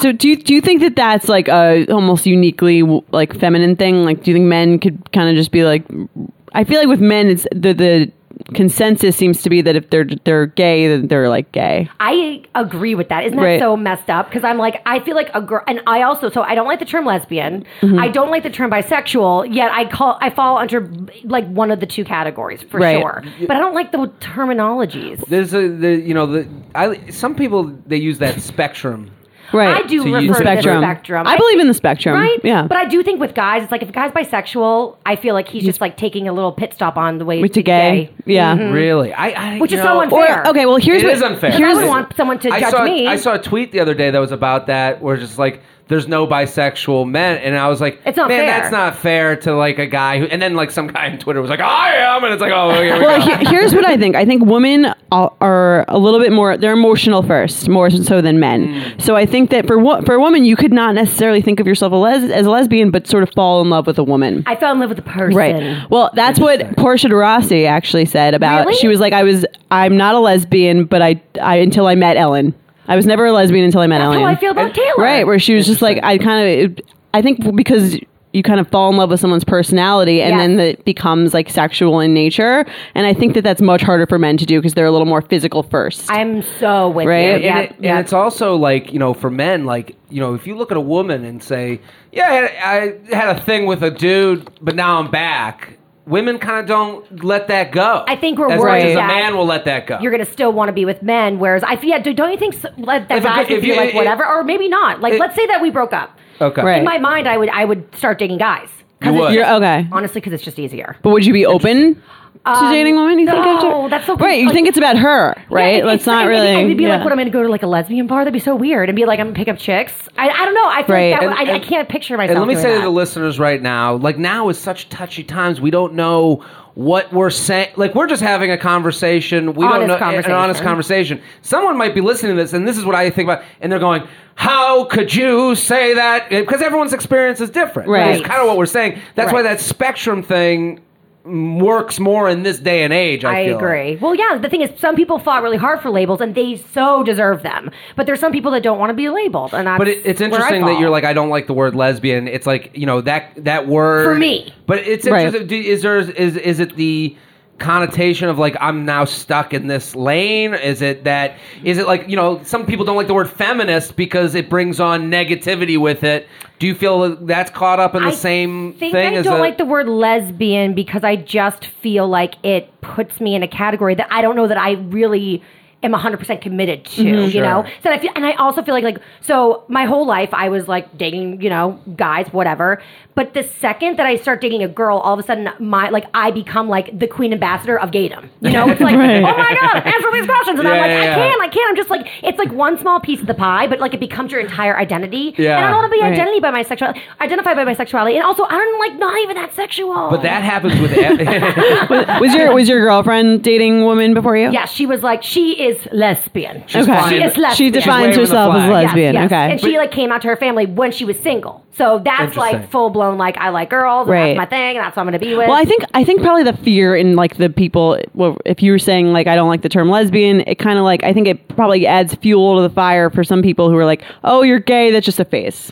Speaker 2: So do you, do you think that that's like a almost uniquely like feminine thing? Like, do you think men could kind of just be like? I feel like with men, it's the the consensus seems to be that if they're they're gay, then they're like gay.
Speaker 5: I agree with that. Isn't that
Speaker 2: Right.
Speaker 5: so messed up? Because I'm like, I feel like a girl, and I also so I don't like the term lesbian.
Speaker 2: Mm-hmm.
Speaker 5: I don't like the term bisexual. Yet I call I fall under like one of the two categories for
Speaker 2: Right.
Speaker 5: sure. But I don't like the terminologies.
Speaker 3: There's a, the, you know, the, I, some people, they use that spectrum.
Speaker 2: Right.
Speaker 5: I do
Speaker 3: So you-
Speaker 5: refer
Speaker 3: the
Speaker 5: to
Speaker 2: spectrum.
Speaker 5: the spectrum.
Speaker 2: I believe in the spectrum.
Speaker 5: Right?
Speaker 2: Yeah.
Speaker 5: But I do think with guys, it's like if a guy's bisexual, I feel like he's just like taking a little pit stop on the way
Speaker 2: With
Speaker 5: to
Speaker 2: the gay. Yeah.
Speaker 5: Mm-hmm.
Speaker 3: Really? I, I
Speaker 5: Hmm. Which is
Speaker 3: you
Speaker 5: so
Speaker 3: know,
Speaker 5: unfair.
Speaker 2: Or okay, well here's
Speaker 3: It
Speaker 2: what
Speaker 3: is unfair.
Speaker 5: I
Speaker 2: Here's,
Speaker 5: would want someone to
Speaker 3: I
Speaker 5: judge
Speaker 3: saw,
Speaker 5: me.
Speaker 3: I saw a tweet the other day that was about that, where just like, there's no bisexual men, and I was like,
Speaker 5: It's not
Speaker 3: man,
Speaker 5: fair."
Speaker 3: that's not fair to like a guy who, and then like some guy on Twitter was like, I am, and it's like, oh, here we
Speaker 2: well,
Speaker 3: go.
Speaker 2: he- here's what I think. I think women are, are a little bit more. They're emotional first, more so than men.
Speaker 5: Mm.
Speaker 2: So I think that for wo- for a woman, you could not necessarily think of yourself a les- as a lesbian, but sort of fall in love with a woman.
Speaker 5: I fell in love with the person.
Speaker 2: Right. Well, that's what Portia de Rossi actually said about.
Speaker 5: Really?
Speaker 2: She was like, "I was. I'm not a lesbian, but I. I until I met Ellen. I was never a lesbian until I met
Speaker 5: That's
Speaker 2: Ellen.
Speaker 5: how I feel about Taylor.
Speaker 2: Right, where she was just like, I kind of, I think because you kind of fall in love with someone's personality and
Speaker 5: Yes.
Speaker 2: then it becomes like sexual in nature. And I think that that's much harder for men to do because they're a little more physical first.
Speaker 5: I'm so with
Speaker 2: Right?
Speaker 5: you.
Speaker 2: And
Speaker 5: Yeah,
Speaker 3: and, it,
Speaker 5: yeah.
Speaker 3: and it's also like you know for men like you know if you look at a woman and say you Yeah, I had, I had a thing with a dude, but now I'm back. Women kind of don't let that go.
Speaker 5: I think we're
Speaker 3: as
Speaker 5: worried
Speaker 3: much as a
Speaker 5: that
Speaker 3: man will let that go.
Speaker 5: You're gonna still want to be with men, whereas I yeah, don't you think so, like, that
Speaker 3: If a
Speaker 5: guys
Speaker 3: guy-
Speaker 5: would
Speaker 3: if
Speaker 5: be
Speaker 3: you-
Speaker 5: like
Speaker 3: it-
Speaker 5: whatever, or maybe not? Like,
Speaker 3: it-
Speaker 5: let's say that we broke up.
Speaker 3: okay.
Speaker 2: Right.
Speaker 5: In my mind, I would I would start dating guys. 'Cause
Speaker 3: You
Speaker 5: it's
Speaker 3: would.
Speaker 5: just-
Speaker 2: You're okay.
Speaker 5: Honestly, because it's just easier.
Speaker 2: But would you be open to
Speaker 5: Um,
Speaker 2: dating a woman? You think
Speaker 5: no,
Speaker 2: after?
Speaker 5: that's so
Speaker 2: right. You
Speaker 5: like-
Speaker 2: think it's about her, right?
Speaker 5: Yeah,
Speaker 2: Let's
Speaker 5: it's-
Speaker 2: not
Speaker 5: I-
Speaker 2: really.
Speaker 5: I would be
Speaker 2: yeah.
Speaker 5: like, what? I'm gonna go to like a lesbian bar? That'd be so weird. And be like, I'm gonna pick up chicks. I, I don't know. I feel
Speaker 2: Right.
Speaker 5: like that.
Speaker 2: And-
Speaker 5: would- I,
Speaker 3: and-
Speaker 5: I can't picture myself.
Speaker 3: And let me
Speaker 5: doing
Speaker 3: say
Speaker 5: that.
Speaker 3: to the listeners right now, like now is such touchy times. We don't know what we're saying. Like we're just having a conversation. We
Speaker 5: Honest
Speaker 3: don't know
Speaker 5: conversation.
Speaker 3: an honest conversation. Someone might be listening to this, and this is what I think about. And they're going, "How could you say that?" Because everyone's experience is different.
Speaker 2: Right.
Speaker 3: It's kind of what we're saying. That's why
Speaker 5: Right.
Speaker 3: that spectrum thing mm, works more in this day and age. I,
Speaker 5: I
Speaker 3: feel like.
Speaker 5: agree. Well, yeah, the thing is, some people fought really hard for labels, and they so deserve them. But there's some people that don't want to be labeled, and that's
Speaker 3: But it, it's
Speaker 5: where I
Speaker 3: interesting that
Speaker 5: fall.
Speaker 3: you're like, I don't like the word lesbian. It's like you know that that word
Speaker 5: For me.
Speaker 3: But it's
Speaker 2: Right.
Speaker 3: interesting. Do- Is there is is it the connotation of like I'm now stuck in this lane? Is it that is it like you know some people don't like the word feminist because it brings on negativity with it? Do you feel that that's caught up in the
Speaker 5: I
Speaker 3: same
Speaker 5: think
Speaker 3: thing?
Speaker 5: I
Speaker 3: as
Speaker 5: don't
Speaker 3: a-
Speaker 5: like the word lesbian because I just feel like it puts me in a category that I don't know that I really am 100% committed to, you
Speaker 3: Mm-hmm. Sure.
Speaker 5: know? So I feel, and I also feel like, like, so my whole life I was like dating, you know, guys, whatever. But the second that I start dating a girl, all of a sudden my, like, I become like the queen ambassador of gaydom, you know? It's like,
Speaker 2: Right.
Speaker 5: oh my God, answer these questions. And I'm
Speaker 3: Yeah,
Speaker 5: like,
Speaker 3: yeah,
Speaker 5: I
Speaker 3: yeah.
Speaker 5: can't, I can't. I'm just like, it's like one small piece of the pie, but like it becomes your entire identity.
Speaker 3: Yeah.
Speaker 5: And I don't want to be
Speaker 2: Right.
Speaker 5: identity by my sexuality, identify by my sexuality, and also I don't like not even that sexual.
Speaker 3: But that happens with. e-, ev-
Speaker 2: was your was your girlfriend dating women before you?
Speaker 5: yeah, she was like she is lesbian.
Speaker 3: She's
Speaker 2: Okay.
Speaker 3: fine.
Speaker 5: She is lesbian.
Speaker 2: She defines
Speaker 3: waving the
Speaker 2: herself as
Speaker 3: flag.
Speaker 5: Yes,
Speaker 2: lesbian.
Speaker 5: yes.
Speaker 2: Okay.
Speaker 5: and she like came out to her family when she was single. So that's
Speaker 3: Interesting.
Speaker 5: like full blown. Like I like girls. and
Speaker 2: Right.
Speaker 5: That's my thing. and That's what I'm gonna be with.
Speaker 2: Well, I think I think probably the fear in like the people. Well, if you were saying like I don't like the term lesbian, it kind of like I think it probably adds fuel to the fire for some people who are like, oh, you're gay. That's just a face.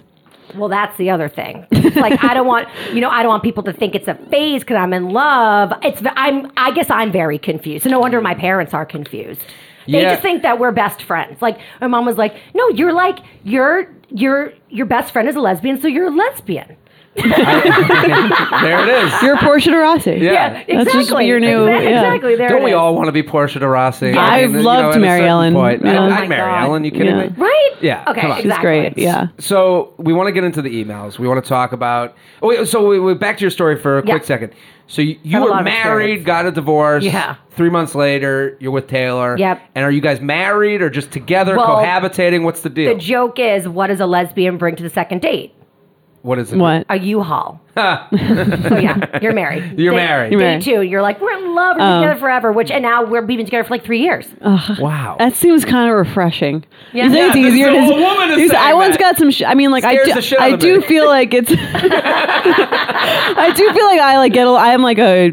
Speaker 5: Well, that's the other thing. It's like I don't want you know I don't want people to think it's a phase because I'm in love. It's I'm I guess I'm very confused. No wonder my parents are confused. They
Speaker 3: Yeah.
Speaker 5: just think that we're best friends. Like my mom was like, "No, you're like your your your best friend is a lesbian, so you're a lesbian."
Speaker 3: there it is.
Speaker 2: You're Portia de Rossi.
Speaker 3: Yeah.
Speaker 5: exactly.
Speaker 2: That's just your new-
Speaker 5: Exactly.
Speaker 2: yeah.
Speaker 5: exactly. There
Speaker 3: Don't
Speaker 5: it
Speaker 3: we
Speaker 5: is.
Speaker 3: all want to be Portia de Rossi?
Speaker 2: I
Speaker 3: mean, you
Speaker 2: loved
Speaker 3: at a
Speaker 2: Mary
Speaker 3: certain
Speaker 2: Ellen.
Speaker 3: point.
Speaker 2: Yeah.
Speaker 3: I,
Speaker 2: Oh
Speaker 3: I'd
Speaker 5: my
Speaker 3: marry
Speaker 5: God.
Speaker 3: Ellen. You kidding
Speaker 2: Yeah.
Speaker 3: me?
Speaker 5: Right?
Speaker 3: Yeah,
Speaker 5: Okay.
Speaker 3: come on. She's
Speaker 5: Exactly.
Speaker 2: It's great. Yeah.
Speaker 3: So we want to get into the emails. We want to talk about. Oh, wait, so we, we back to your story for a quick
Speaker 5: Yeah.
Speaker 3: second. So you, you
Speaker 5: Had a
Speaker 3: were
Speaker 5: lot of
Speaker 3: married,
Speaker 5: experience.
Speaker 3: got a divorce.
Speaker 5: Yeah.
Speaker 3: Three months later, you're with Taylor.
Speaker 5: Yep.
Speaker 3: And are you guys married or just together,
Speaker 5: Well,
Speaker 3: cohabitating? What's the
Speaker 5: The
Speaker 3: deal?
Speaker 5: joke is, what does a lesbian bring to the second date?
Speaker 3: what is it?
Speaker 2: What?
Speaker 5: A U-Haul. so yeah, you're married.
Speaker 3: You're
Speaker 5: Day-
Speaker 3: married.
Speaker 2: You're
Speaker 5: Day
Speaker 2: married.
Speaker 5: two, you're like we're in love, we're
Speaker 2: Oh.
Speaker 5: together forever. Which and now we're we've been together for like three years.
Speaker 3: Wow.
Speaker 2: That seems kind of refreshing.
Speaker 5: Yeah.
Speaker 2: You think
Speaker 5: Yeah,
Speaker 2: it's
Speaker 3: this is
Speaker 2: easier
Speaker 3: a
Speaker 2: to.
Speaker 3: woman is
Speaker 2: you say-
Speaker 3: saying
Speaker 2: I once
Speaker 3: that.
Speaker 2: got some. Sh- I mean, like I
Speaker 3: Scares
Speaker 2: do.
Speaker 3: the shit out
Speaker 2: I
Speaker 3: of
Speaker 2: do
Speaker 3: me.
Speaker 2: feel like it's. I do feel like I like get. A, I'm like a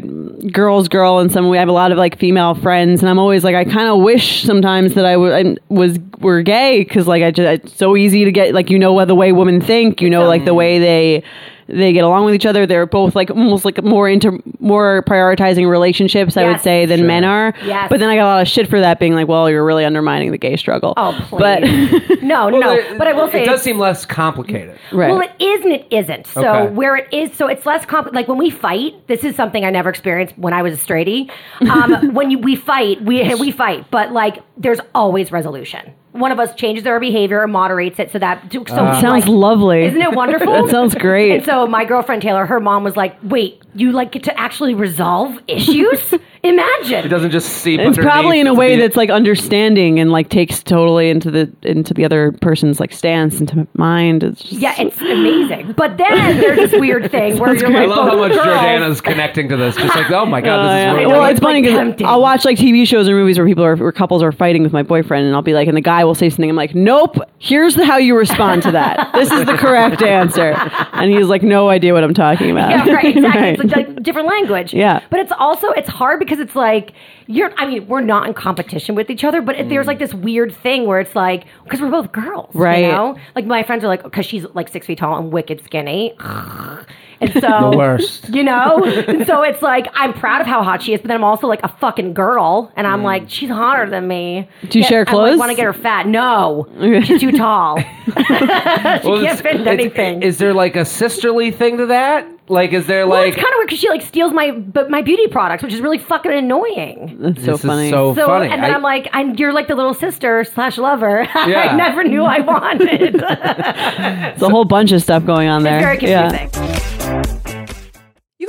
Speaker 2: girl's girl in some way. I have a lot of like female friends, and I'm always like I kind of wish sometimes that I wa- I was were gay because like I just it's so easy to get like you know what the way women think. You know like the way they. They get along with each other. They're both like almost like more into more prioritizing relationships, I would
Speaker 5: Yes.
Speaker 2: say, than men are.
Speaker 5: Yes.
Speaker 2: But then I got a lot of shit for that, being like, "Well, you're really undermining the gay struggle."
Speaker 5: Oh, please.
Speaker 2: But
Speaker 5: no,
Speaker 3: Well,
Speaker 5: no.
Speaker 3: it-
Speaker 5: but I will say
Speaker 3: it does
Speaker 5: it's-
Speaker 3: seem less complicated.
Speaker 2: right,
Speaker 5: Well, it is and it isn't. So
Speaker 3: Okay.
Speaker 5: where it is, so it's less complicated. Like when we fight, this is something I never experienced when I was a straighty. Um, when you, we fight, we we fight, but like there's always resolution. One of us changes their behavior or moderates it so that so
Speaker 3: Uh,
Speaker 2: It sounds
Speaker 5: like-
Speaker 2: lovely.
Speaker 5: Isn't it wonderful?
Speaker 2: That sounds great.
Speaker 5: And so my girlfriend Taylor, her mom was like, "Wait, you like get to actually resolve issues? Imagine."
Speaker 3: It doesn't just seep.
Speaker 2: it's probably in a way
Speaker 3: that's.
Speaker 2: that's like understanding and like takes totally into the into the other person's like stance into mind. It's just
Speaker 5: yeah, it's amazing. But then there's this weird thing where you're
Speaker 3: I
Speaker 5: like,
Speaker 3: love how
Speaker 5: both
Speaker 3: much
Speaker 5: girls-
Speaker 3: Jordana's connecting to this. Just like, oh my god, this
Speaker 2: Yeah.
Speaker 3: is real.
Speaker 2: Well,
Speaker 5: it's,
Speaker 2: it's funny
Speaker 5: like,
Speaker 2: because
Speaker 5: tempting.
Speaker 2: I'll watch like TV shows or movies where people are, where couples are fighting with my boyfriend, and I'll be like, and the guy will say something. I'm like, nope. Here's the, how you respond to that. This is the correct answer, and he's like, no idea what I'm talking about.
Speaker 5: Yeah, right. Exactly.
Speaker 2: Right.
Speaker 5: It's like different language.
Speaker 2: Yeah.
Speaker 5: But it's also it's hard because because it's like you're. I mean, we're not in competition with each other, but it,
Speaker 3: Mm.
Speaker 5: there's like this weird thing where it's like because we're both girls,
Speaker 2: Right.
Speaker 5: You know, like my friends are like because she's like six feet tall and wicked skinny, and so
Speaker 3: The worst.
Speaker 5: you know. and so it's like I'm proud of how hot she is, but then I'm also like a fucking girl, and I'm like she's hotter than me.
Speaker 2: Mm. Do you share
Speaker 5: I
Speaker 2: clothes?
Speaker 5: want to get her fat. No, she's too tall. she can't
Speaker 3: it's-
Speaker 5: fit into
Speaker 3: it's-
Speaker 5: anything.
Speaker 3: Is there like a sisterly thing to that? Like, is there
Speaker 5: Well,
Speaker 3: like
Speaker 5: it's kind of weird because she like steals my but my beauty products, which is really fucking annoying.
Speaker 2: That's so
Speaker 3: this
Speaker 2: funny.
Speaker 3: is so,
Speaker 5: So
Speaker 3: funny?
Speaker 5: and then I,
Speaker 3: I-
Speaker 5: am like, I'm you're like the little sister slash lover.
Speaker 3: Yeah.
Speaker 5: I never knew I wanted.
Speaker 2: it's a whole bunch of stuff going on there.
Speaker 5: Very confusing.
Speaker 4: You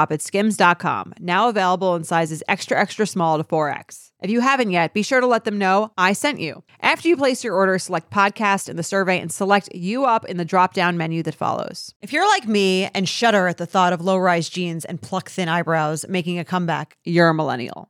Speaker 4: at skims.com, now available in sizes extra, extra small to 4X. If you haven't yet, be sure to let them know I sent you. After you place your order, select podcast in the survey and select you up in the drop down menu that follows. If you're like me and shudder at the thought of low rise jeans and pluck thin eyebrows making a comeback, you're a millennial.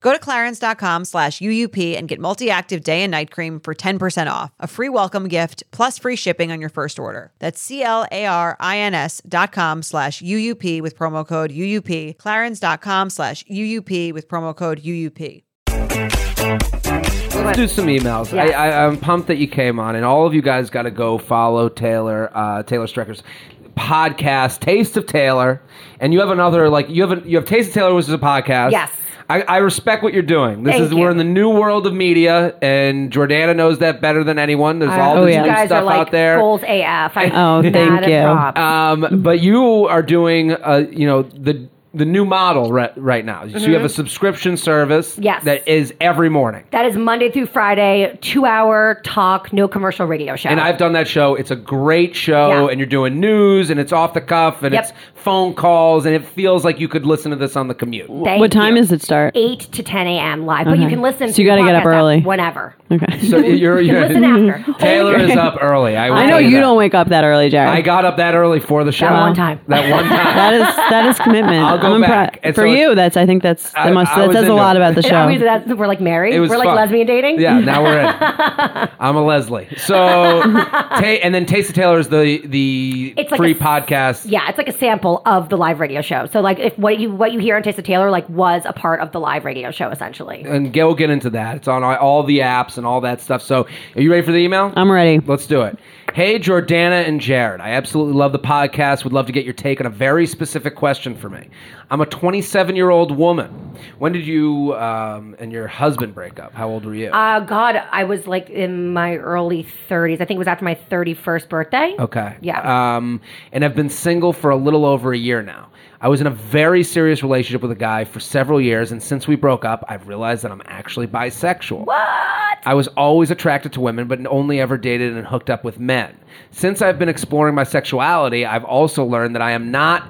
Speaker 4: Go to clarins.com slash UUP and get multi active day and night cream for 10% off, a free welcome gift, plus free shipping on your first order. That's C L A R I N S dot com slash UUP with promo code UUP, clarins.com slash UUP with promo code UUP.
Speaker 3: Let's do some emails.
Speaker 5: Yes.
Speaker 3: I, I, I'm pumped that you came on, and all of you guys got to go follow Taylor uh, Taylor Strecker's podcast, Taste of Taylor, and you have another like you have a, you have Taste of Taylor, which is a podcast.
Speaker 5: Yes.
Speaker 3: I, I respect what you're doing. This
Speaker 5: Thank
Speaker 3: is we're
Speaker 5: you.
Speaker 3: in the new world of media, and Jordana knows that better than anyone. There's all
Speaker 2: oh,
Speaker 3: this
Speaker 2: yeah.
Speaker 5: You
Speaker 3: new
Speaker 5: guys
Speaker 3: stuff
Speaker 5: are like
Speaker 3: out there.
Speaker 5: goals AF. I'm
Speaker 2: Oh,
Speaker 5: mad
Speaker 2: thank
Speaker 5: at
Speaker 2: you.
Speaker 5: props.
Speaker 3: Um, but you are doing, uh, you know, the the new model right, right now. So you have a subscription service
Speaker 5: Mm-hmm. Yes.
Speaker 3: that is every morning.
Speaker 5: that is Monday through Friday, two hour talk, no commercial radio show.
Speaker 3: And I've done that show. It's a great show,
Speaker 5: Yeah.
Speaker 3: and you're doing news, and it's off the cuff, and
Speaker 5: Yep.
Speaker 3: it's phone calls, and it feels like you could listen to this on the commute.
Speaker 5: Thank
Speaker 2: what time
Speaker 5: you.
Speaker 2: is it start?
Speaker 5: 8 to 10 a.m. live, but you
Speaker 2: Okay.
Speaker 5: can listen.
Speaker 2: So you
Speaker 5: to
Speaker 2: gotta
Speaker 5: the
Speaker 2: get up
Speaker 5: podcast app
Speaker 2: early.
Speaker 5: whenever.
Speaker 2: Okay.
Speaker 3: So you're,
Speaker 5: You
Speaker 3: you're
Speaker 5: can listen after.
Speaker 3: Taylor is up early. I, will
Speaker 2: I know
Speaker 3: tell
Speaker 2: you
Speaker 3: that.
Speaker 2: don't wake up that early, Jared.
Speaker 3: I got up that early for the show.
Speaker 5: That one time.
Speaker 3: That one time.
Speaker 2: that is that is commitment.
Speaker 3: I'll go
Speaker 2: I'm impre-
Speaker 3: back. And
Speaker 2: for
Speaker 3: so it-
Speaker 2: you. That's I think that's
Speaker 3: I-
Speaker 2: that must
Speaker 3: I
Speaker 2: that
Speaker 3: was
Speaker 2: says a
Speaker 3: into
Speaker 2: lot
Speaker 3: it.
Speaker 2: about the
Speaker 5: And
Speaker 2: show.
Speaker 5: obviously that's- we're like married.
Speaker 3: It was
Speaker 5: we're like
Speaker 3: fun.
Speaker 5: lesbian dating.
Speaker 3: Yeah, now we're in. I'm a Leslie. So, ta- and then Taste of Taylor is the the
Speaker 5: It's like
Speaker 3: free
Speaker 5: a-
Speaker 3: podcast.
Speaker 5: Yeah, it's like a sample of the live radio show. So like if what you what you hear on Taste of Taylor like was a part of the live radio show essentially.
Speaker 3: and Gail will get into that. It's on all- all the apps and all that stuff. So, are you ready for the email?
Speaker 2: I'm ready.
Speaker 3: Let's do it. Hey, Jordana and Jared. I absolutely love the podcast. Would love to get your take on a very specific question for me. I'm a 27 year old woman. When did you um, and your husband break up? How old were you?
Speaker 5: Uh, God, I was like in my early 30s. I think it was after my 31st birthday.
Speaker 3: Okay.
Speaker 5: Yeah.
Speaker 3: Um, and I've been single for a little over a year now. I was in a very serious relationship with a guy for several years, and since we broke up, I've realized that I'm actually bisexual.
Speaker 5: What?
Speaker 3: I was always attracted to women, but only ever dated and hooked up with men. Since I've been exploring my sexuality, I've also learned that I am not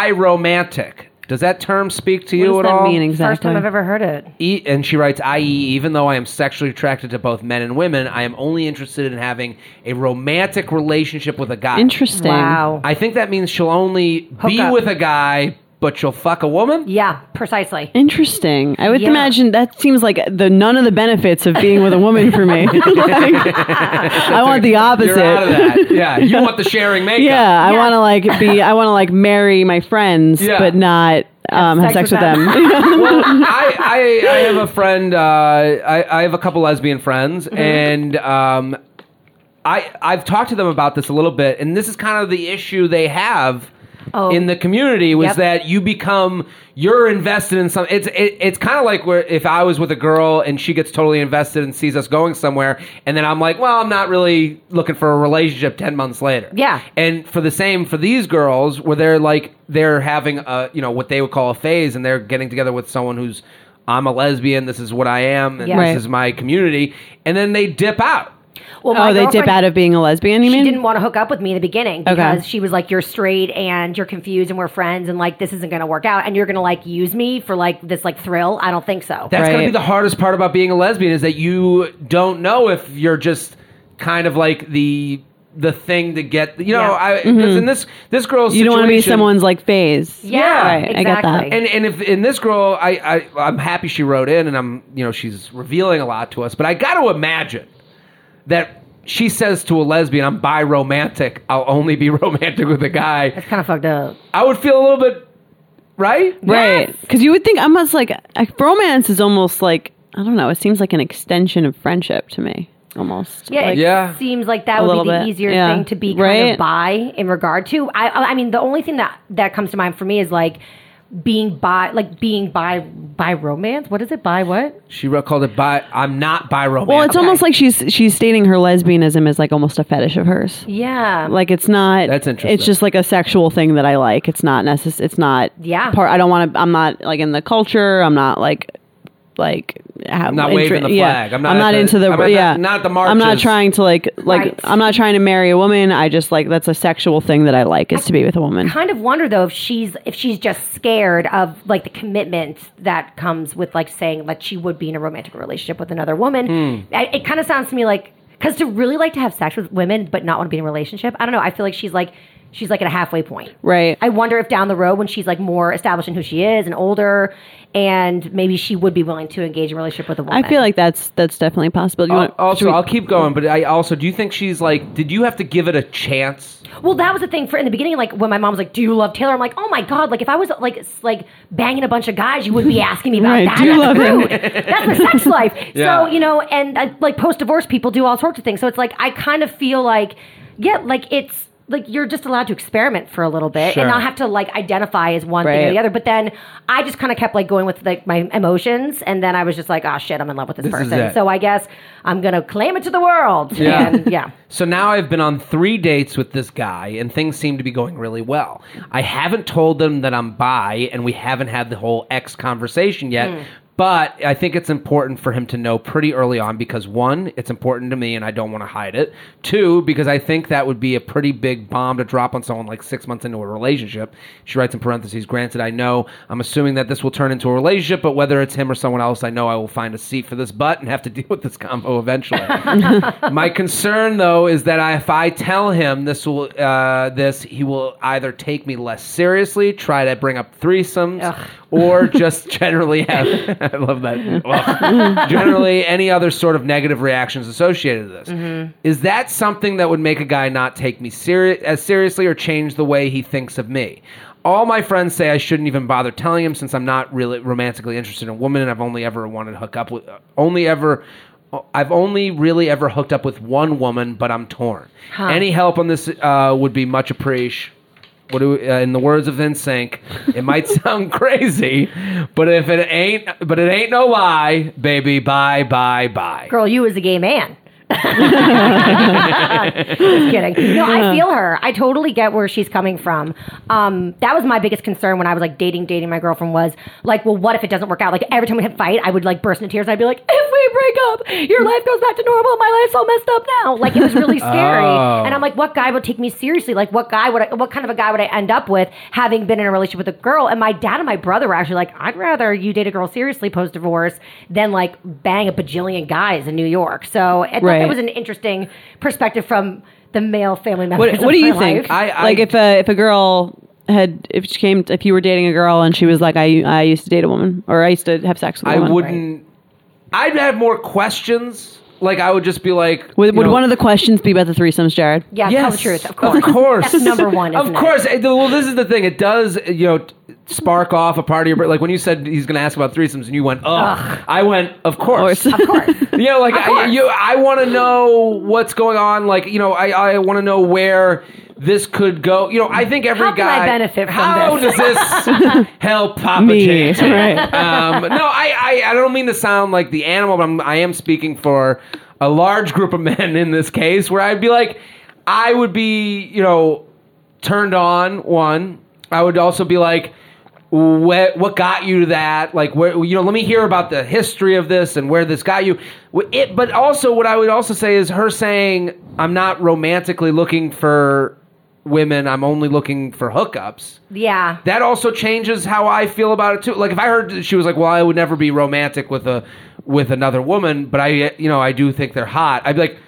Speaker 3: biromantic. Does that term speak to you
Speaker 2: What
Speaker 3: at
Speaker 2: does that
Speaker 3: all?
Speaker 2: mean exactly?
Speaker 5: First time I've ever heard it.
Speaker 3: E- and she writes, i.e., even though I am sexually attracted to both men and women, I am only interested in having a romantic relationship with a guy.
Speaker 2: Interesting.
Speaker 5: Wow.
Speaker 3: I think that means she'll only be
Speaker 5: up.
Speaker 3: with a guy, but she'll fuck a woman.
Speaker 5: yeah, precisely.
Speaker 2: Interesting. I would
Speaker 5: Yeah.
Speaker 2: imagine that seems like the none of the benefits of being with a woman for me. Like, I want the opposite.
Speaker 3: You're out of that. Yeah, you want the sharing makeup.
Speaker 2: Yeah, I want to like be. I want to like marry my friends,
Speaker 3: Yeah.
Speaker 2: but not um, have sex, with them.
Speaker 3: well, I, I, I have a friend. Uh, I, I have a couple lesbian friends,
Speaker 5: Mm-hmm.
Speaker 3: and um, I I've talked to them about this a little bit, and this is kind of the issue they have.
Speaker 5: Oh.
Speaker 3: In the community was
Speaker 5: Yep.
Speaker 3: that you become you're invested in some. It's it, it's kind of like where if I was with a girl and she gets totally invested and sees us going somewhere, and then I'm like, well, I'm not really looking for a relationship. Ten months later,
Speaker 5: Yeah.
Speaker 3: and for the same for these girls, where they're like they're having a you know what they would call a phase, and they're getting together with someone who's I'm a lesbian. This is what I am, and
Speaker 5: Yeah.
Speaker 3: this
Speaker 2: Right.
Speaker 3: is my community, and then they dip out.
Speaker 5: Well, my
Speaker 2: oh, they dip
Speaker 5: girlfriend-
Speaker 2: out of being a lesbian. You
Speaker 5: She
Speaker 2: mean?
Speaker 5: didn't want to hook up with me in the beginning because she was like, "You're straight and you're confused and we're friends and like this isn't going to work out and you're going to like use me for like this like thrill." I don't think so.
Speaker 3: That's gonna
Speaker 2: Right.
Speaker 3: be the hardest part about being a lesbian is that you don't know if you're just kind of like the the thing to get. You know,
Speaker 5: Yeah.
Speaker 3: I 'cause in this this girl's
Speaker 2: Mm-hmm. you don't want to be
Speaker 3: situation-
Speaker 2: someone's like phase.
Speaker 5: yeah,
Speaker 2: Right, I get that.
Speaker 5: exactly.
Speaker 3: And and if in this girl, I, I I'm happy she wrote in, and I'm you know she's revealing a lot to us. But I got to imagine that she says to a lesbian, "I'm bi romantic. I'll only be romantic with a guy."
Speaker 5: That's kind of fucked up.
Speaker 3: I would feel a little bit right.
Speaker 2: Right. Because you would think almost like uh, romance is almost like, I don't know, it seems like an extension of friendship to me. Almost.
Speaker 5: Yeah,
Speaker 2: Like,
Speaker 5: it
Speaker 3: Yeah.
Speaker 5: seems like that
Speaker 2: A
Speaker 5: would
Speaker 2: little
Speaker 5: be the
Speaker 2: bit,
Speaker 5: easier
Speaker 2: yeah.
Speaker 5: thing to be kind
Speaker 2: Right?
Speaker 5: of bi in regard to. I, I I mean, the only thing that that comes to mind for me is like being bi, like being bi, bi romance. What is it? Bi what?
Speaker 3: She wrote, called it bi. I'm not bi romantic.
Speaker 2: Well, it's almost like she's she's stating her lesbianism is like almost a fetish of hers.
Speaker 5: Yeah.
Speaker 2: Like it's not.
Speaker 3: That's interesting.
Speaker 2: It's just like a sexual thing that I like. It's not necessary. It's not.
Speaker 5: Yeah.
Speaker 2: Part. I don't want to. I'm not like in the culture. I'm not like. Like I'm
Speaker 3: not waving the flag. I'm not
Speaker 2: I'm
Speaker 3: at
Speaker 2: not
Speaker 3: the-
Speaker 2: into the.
Speaker 3: I'm at the-
Speaker 2: yeah.
Speaker 3: not at the
Speaker 2: I'm not
Speaker 3: marches.
Speaker 2: trying to like like.
Speaker 5: Right.
Speaker 2: I'm not trying to marry a woman. I just like that's a sexual thing that I like is to be with a woman.
Speaker 5: kind of wonder though if she's if she's just scared of like the commitment that comes with like saying like she would be in a romantic relationship with another woman.
Speaker 2: Hmm.
Speaker 5: I, it kind of sounds to me like because to really like to have sex with women but not want to be in a relationship. I don't know. I feel like she's like she's like at a halfway point.
Speaker 2: Right.
Speaker 5: I wonder if down the road when she's like more established in who she is and older, and maybe she would be willing to engage in a relationship with a woman.
Speaker 2: I feel like that's that's definitely possible. Do you
Speaker 3: Al-
Speaker 2: want-
Speaker 3: Also,
Speaker 2: should we-
Speaker 3: I'll keep going, but I also do you think she's like? Did you have to give it a chance?
Speaker 5: Well, that was the thing for in the beginning. Like when my mom was like, "Do you love Taylor?" I'm like, "Oh my god!" Like if I was like s- like banging a bunch of guys, you wouldn't be asking me about
Speaker 2: Right,
Speaker 5: that.
Speaker 2: do you
Speaker 5: That's
Speaker 2: love him?
Speaker 5: rude. That's my sex life.
Speaker 3: Yeah.
Speaker 5: So you know, and uh, like post divorce, people do all sorts of things. So it's like I kind of feel like, yeah, like it's like you're just allowed to experiment for a little bit
Speaker 3: Sure.
Speaker 5: and not have to like identify as one thing or
Speaker 2: Right.
Speaker 5: the other. But then I just kind of kept like going with like my emotions, and then I was just like, "Oh shit, I'm in love with this,
Speaker 3: This is
Speaker 5: person."
Speaker 3: it.
Speaker 5: So I guess I'm gonna claim it to the world.
Speaker 3: Yeah.
Speaker 5: And, yeah.
Speaker 3: So now I've been on three dates with this guy, and things seem to be going really well. I haven't told them that I'm bi, and we haven't had the whole ex conversation yet. But I think it's important for him to know pretty early on because one, it's important to me and I don't want to hide it. Two, because I think that would be a pretty big bomb to drop on someone like six months into a relationship. She writes in parentheses, granted, I know I'm assuming that this will turn into a relationship, but whether it's him or someone else, I know I will find a seat for this butt and have to deal with this combo eventually. My concern, though, is that I, if I tell him this will uh, this, he will either take me less seriously, try to bring up threesomes,
Speaker 5: Ugh.
Speaker 3: or just generally have I love that. Ugh. generally, any other sort of negative reactions associated with this. Is that something that would make a guy not take me seri- as seriously or change the way he thinks of me? All my friends say I shouldn't even bother telling him since I'm not really romantically interested in women and I've only ever wanted to hook up with uh, only ever I've only really ever hooked up with one woman, but I'm torn. Any help on this uh, would be much appreciated. What do we, uh, in the words of NSYNC, it might sound crazy, but if it ain't, but it ain't no lie, baby. Bye, bye, bye.
Speaker 5: girl, you as a gay man. Just kidding. No, I feel her. I totally get where she's coming from. Um, that was my biggest concern when I was like dating, dating my girlfriend was like, well, what if it doesn't work out? Like every time we had a fight, I would like burst into tears. I'd be like, if we break up, your life goes back to normal. My life's all messed up now. Like it was really scary.
Speaker 3: Oh.
Speaker 5: And I'm like, what guy would take me seriously? Like what guy would I, what kind of a guy would I end up with having been in a relationship with a girl? And my dad and my brother were actually like, I'd rather you date a girl seriously post divorce than like bang a bajillion guys in New York. So I thought
Speaker 2: Right.
Speaker 5: that was an interesting perspective from the male family members.
Speaker 2: What What do
Speaker 5: of
Speaker 2: you
Speaker 5: my
Speaker 2: think?
Speaker 5: life.
Speaker 3: I- I-
Speaker 2: like if a if a girl had if she came if you were dating a girl and she was like I I used to date a woman or I used to have sex with a
Speaker 3: I
Speaker 2: woman.
Speaker 3: wouldn't. I'd have more questions. Like I would just be like,
Speaker 2: Would,
Speaker 3: you
Speaker 2: would
Speaker 3: know,
Speaker 2: one of the questions be about the threesomes, Jared?
Speaker 5: yeah, tell the truth. Of course.
Speaker 3: course.
Speaker 5: That's number one,
Speaker 3: Of
Speaker 5: isn't it?
Speaker 3: course. It- Well, this is the thing. It does, you know, t- spark off a part of your brain. Like when you said he's going to ask about threesomes, and you went, "Ugh," I went, "Of course."
Speaker 2: Of
Speaker 5: Of course.
Speaker 3: you know, like I,
Speaker 5: course.
Speaker 3: you, I want to know what's going on. Like you know, I, I want to know where this could go. You know, I think every
Speaker 5: How can
Speaker 3: guy
Speaker 5: I benefit from
Speaker 3: how
Speaker 5: this?
Speaker 3: does this help Papa
Speaker 2: Me,
Speaker 3: J?
Speaker 2: right.
Speaker 3: um, no, I, I, I don't mean to sound like the animal, but I'm, I am speaking for a large group of men in this case where I'd be like, I would be, you know, turned on, one. I would also be like, what, what got you to that? Like, where, you know, let me hear about the history of this and where this got you. Wh- It, but also, what I would also say is her saying, I'm not romantically looking for women, I'm only looking for hookups
Speaker 5: yeah.
Speaker 3: that also changes how I feel about it too. Like if I heard that she was like, "Well, I would never be romantic with a with another woman, but I you know I do think they're hot," I'd be like,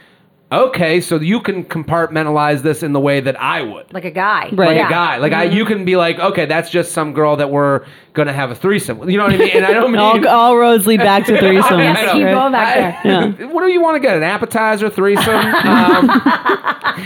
Speaker 3: "Okay, so you can compartmentalize this in the way that I would."
Speaker 5: like a guy.
Speaker 2: Right.
Speaker 3: Like
Speaker 5: Yeah. Mm-hmm.
Speaker 3: a guy, like I, you can be like, okay, that's just some girl that we're gonna have a threesome. with." You know what I mean? And I don't mean
Speaker 2: All, all roads lead back to threesomes.
Speaker 3: I know.
Speaker 5: Keep
Speaker 2: right?
Speaker 5: going back there.
Speaker 3: what do you want to get? An appetizer, threesome? Um,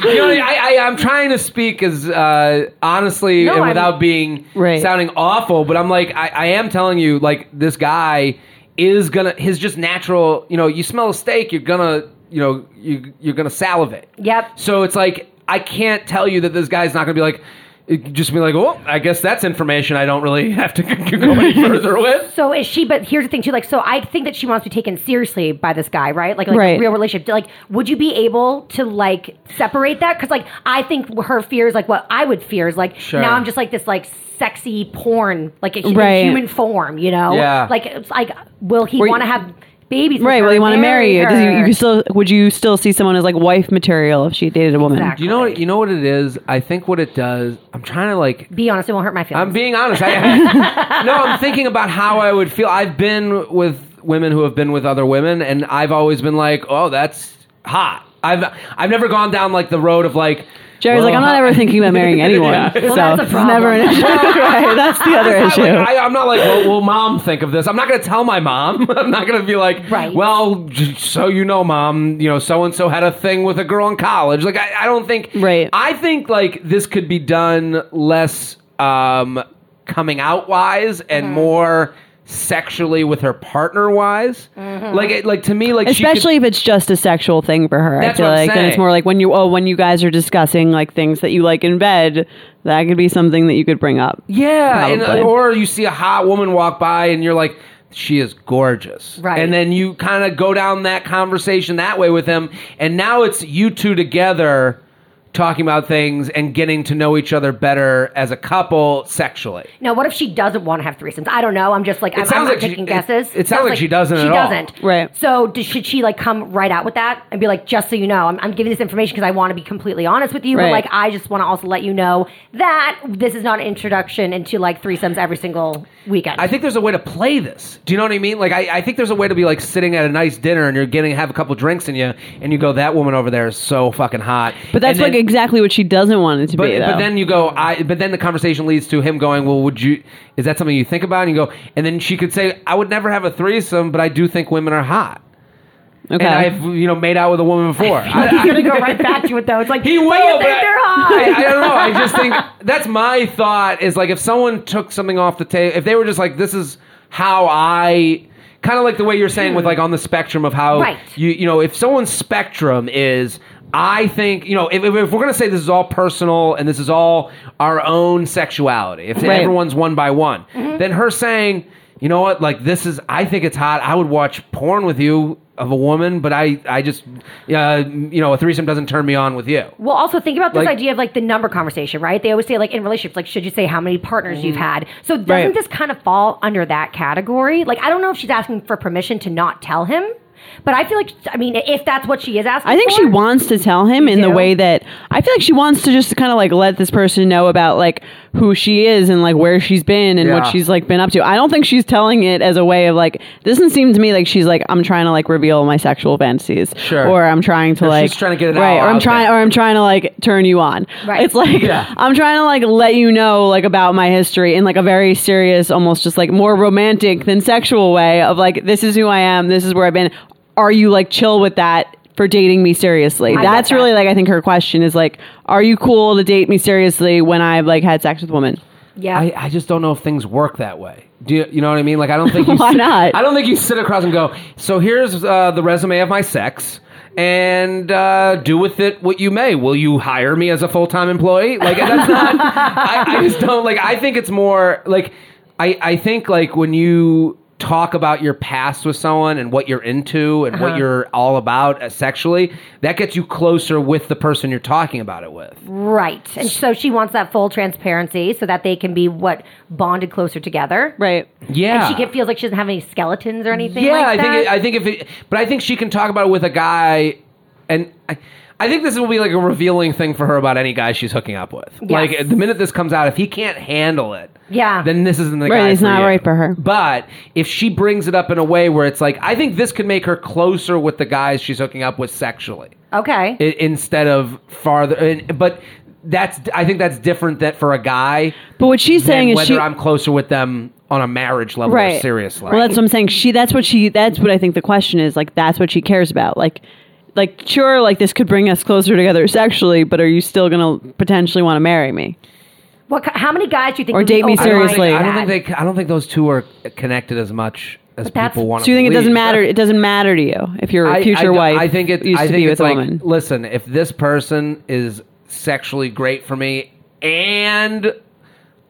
Speaker 3: you know, I, I, I'm trying to speak as uh, honestly
Speaker 5: No,
Speaker 3: and
Speaker 5: I'm-
Speaker 3: without being
Speaker 2: Right.
Speaker 3: sounding awful, but I'm like, I, I am telling you, like this guy is gonna his just natural. You know, you smell a steak, you're gonna, you know, you you're gonna salivate.
Speaker 5: Yep.
Speaker 3: So it's like I can't tell you that this guy's not gonna be like. it- Just be like, oh, I guess that's information I don't really have to go any further with.
Speaker 5: So is she? But here's the thing too. Like, so I think that she wants to be taken seriously by this guy, right? Like, like
Speaker 2: Right.
Speaker 5: a real relationship. Like, would you be able to like separate that? Because like, I think her fear is like what I would fear is like.
Speaker 3: Sure.
Speaker 5: Now I'm just like this like sexy porn, like a hu-
Speaker 2: Right.
Speaker 5: human form, you know?
Speaker 3: Yeah.
Speaker 5: Like, it's like, will he
Speaker 2: Or-
Speaker 5: want to have babies? with
Speaker 2: Right.
Speaker 5: her
Speaker 2: Well, you
Speaker 5: and
Speaker 2: want to marry you. Does you,
Speaker 5: her?
Speaker 2: you could still would you still see someone as like wife material if she dated a woman?
Speaker 5: Exactly.
Speaker 3: You know what? You know what it is. I think what it does. I'm trying to like.
Speaker 5: be honest. It won't hurt my feelings.
Speaker 3: I'm being honest. I, I- no, I'm thinking about how I would feel. I've been with women who have been with other women, and I've always been like, "Oh, that's hot." I've I've never gone down like the road of like.
Speaker 2: Jerry's like,
Speaker 3: well,
Speaker 2: I'm not
Speaker 3: hot-
Speaker 2: ever thinking about marrying anyone.
Speaker 3: Yeah.
Speaker 2: So
Speaker 5: that's a
Speaker 2: it's never an issue. right. That's the other
Speaker 3: It's
Speaker 2: issue.
Speaker 3: not like- I, am not like, well, will mom think of this? I'm not going to tell my mom. I'm not going to be like,
Speaker 5: Right.
Speaker 3: well, j- so you know, mom, you know, so and so had a thing with a girl in college. Like, I, I don't think.
Speaker 2: Right.
Speaker 3: I think like this could be done less um, coming out wise
Speaker 2: Mm-hmm.
Speaker 3: and more sexually with her partner wise. Like, it, like to me, like she could-
Speaker 2: Mm-hmm. Especially if it's just a sexual thing for her. I
Speaker 3: That's
Speaker 2: feel
Speaker 3: what I'm
Speaker 2: like then it's
Speaker 3: saying.
Speaker 2: more like when you oh when you guys are discussing like things that you like in bed, that could be something that you could bring up.
Speaker 3: Yeah, and, uh,
Speaker 2: Probably.
Speaker 3: or you see a hot woman walk by and you're like, she is gorgeous.
Speaker 5: Right.
Speaker 3: And then you kind of go down that conversation that way with him. And now it's you two together talking about things and getting to know each other better as a couple sexually.
Speaker 5: Now, what if she doesn't want to have threesomes? I don't know. I'm just like I'm,
Speaker 3: sounds
Speaker 5: I'm not
Speaker 3: like she-
Speaker 5: taking
Speaker 3: it-
Speaker 5: guesses.
Speaker 3: it sounds like she doesn't
Speaker 5: She
Speaker 3: at all.
Speaker 5: doesn't.
Speaker 2: Right.
Speaker 5: So does, should she like come right out with that and be like, just so you know, I'm, I'm giving this information because I want to be completely honest with you,
Speaker 2: Right.
Speaker 5: but like I just want to also let you know that this is not an introduction into like threesomes every single weekend.
Speaker 3: I think there's a way to play this. Do you know what I mean? Like, I, I think there's a way to be like sitting at a nice dinner and you're getting have a couple drinks in you, and you go, "That woman over there is so fucking hot."
Speaker 2: But that's
Speaker 3: And then-
Speaker 2: like exactly what she doesn't want it to
Speaker 3: But,
Speaker 2: be. Though.
Speaker 3: but then you go, I. But then the conversation leads to him going, "Well, would you? Is that something you think about?" And you go, and then she could say, "I would never have a threesome, but I do think women are hot,
Speaker 2: okay.
Speaker 3: and I've you know made out with a woman before." I,
Speaker 5: he's gonna go right back to it though. It's like
Speaker 3: he will,
Speaker 5: "But you
Speaker 3: but
Speaker 5: think
Speaker 3: I-
Speaker 5: they're hot.
Speaker 3: I, I don't know. I just think that's my thought. Is like if someone took something off the table, if they were just like, "This is how I." Kind of like the way you're saying with like on the spectrum of how
Speaker 5: Hmm. Right.
Speaker 3: you you know if someone's spectrum is I think you know if, if if we're gonna say this is all personal and this is all our own sexuality if
Speaker 2: Right.
Speaker 3: everyone's one by one
Speaker 5: Mm-hmm.
Speaker 3: then her saying you know what like this is I think it's hot I would watch porn with you of a woman, but I, I just, uh, you know, a threesome doesn't turn me on with you.
Speaker 5: Well, also think about this
Speaker 3: Like-
Speaker 5: idea of like the number conversation, right? They always say like in relationships, like should you say how many partners you've had? So doesn't
Speaker 3: Mm. Right.
Speaker 5: this kind of fall under that category? Like I don't know if she's asking for permission to not tell him, but I feel like I mean if that's what she is asking,
Speaker 2: I think she
Speaker 5: for-
Speaker 2: wants to tell him in the
Speaker 5: do?
Speaker 2: way that I feel like she wants to just kind of like let this person know about like who she is and like where she's been and
Speaker 3: Yeah.
Speaker 2: what she's like been up to. I don't think she's telling it as a way of like this doesn't seem to me like she's like I'm trying to like reveal my sexual fantasies
Speaker 3: Sure.
Speaker 2: or I'm trying to
Speaker 3: No,
Speaker 2: like
Speaker 3: she's trying to get it
Speaker 2: right
Speaker 3: all
Speaker 2: or I'm
Speaker 3: out
Speaker 2: trying
Speaker 3: there.
Speaker 2: or I'm trying to like turn you on.
Speaker 5: Right.
Speaker 2: It's like
Speaker 3: Yeah.
Speaker 2: I'm trying to like let you know like about my history in like a very serious almost just like more romantic than sexual way of like this is who I am, this is where I've been. Are you like chill with that for dating me seriously?
Speaker 5: I get
Speaker 2: That's
Speaker 5: that.
Speaker 2: really like I think her question is like are you cool to date me seriously when I've like had sex with a woman?
Speaker 5: yeah.
Speaker 3: I, I just don't know if things work that way. Do you, you know what I mean? Like I don't think you
Speaker 2: Why
Speaker 3: sit-
Speaker 2: not?
Speaker 3: I don't think you sit across and go. So here's uh, the resume of my sex, and uh, do with it what you may. Will you hire me as a full time employee? Like that's not. I, I just don't like. I think it's more like. I I think like when you talk about your past with someone and what you're into and
Speaker 5: Uh-huh.
Speaker 3: what you're all about uh, sexually that gets you closer with the person you're talking about it with
Speaker 5: Right. And so she wants that full transparency so that they can be what bonded closer together.
Speaker 2: Right.
Speaker 3: yeah
Speaker 5: And she get, feels like she doesn't have any skeletons or anything.
Speaker 3: Yeah,
Speaker 5: like
Speaker 3: I think
Speaker 5: that.
Speaker 3: it, I think if it, but I think she can talk about it with a guy, and I, I think this will be like a revealing thing for her about any guy she's hooking up with. Like the minute this comes out, if he can't handle it,
Speaker 5: Yeah.
Speaker 3: then this isn't the
Speaker 2: Right,
Speaker 3: guy.
Speaker 2: it's not
Speaker 3: you.
Speaker 2: right for her.
Speaker 3: But if she brings it up in a way where it's like, I think this could make her closer with the guys she's hooking up with sexually
Speaker 5: okay.
Speaker 3: i- instead of farther. And, but that's I think that's different that for a guy
Speaker 2: But what she's saying
Speaker 3: than
Speaker 2: is
Speaker 3: whether
Speaker 2: she
Speaker 3: I'm closer with them on a marriage level or
Speaker 2: right
Speaker 3: serious level.
Speaker 2: well that's what i'm saying she that's what she that's what i think the question is like that's what she cares about like like sure like this could bring us closer together sexually but are you still gonna potentially want to marry me
Speaker 5: what? ki- How many guys do you think?
Speaker 2: Or
Speaker 5: would be
Speaker 2: date me
Speaker 5: open-minded
Speaker 3: I don't think-
Speaker 2: seriously.
Speaker 5: to
Speaker 3: I don't
Speaker 5: that?
Speaker 3: think they. I don't think those two are connected as much as
Speaker 5: But that's-
Speaker 3: people want.
Speaker 2: so you think it doesn't matter it doesn't matter to you if your
Speaker 3: I,
Speaker 2: future
Speaker 3: I, don't-
Speaker 2: wife
Speaker 3: I think it
Speaker 2: used
Speaker 3: I
Speaker 2: to
Speaker 3: think
Speaker 2: be with
Speaker 3: it's
Speaker 2: a
Speaker 3: like,
Speaker 2: woman
Speaker 3: Listen, if this person is sexually great for me and.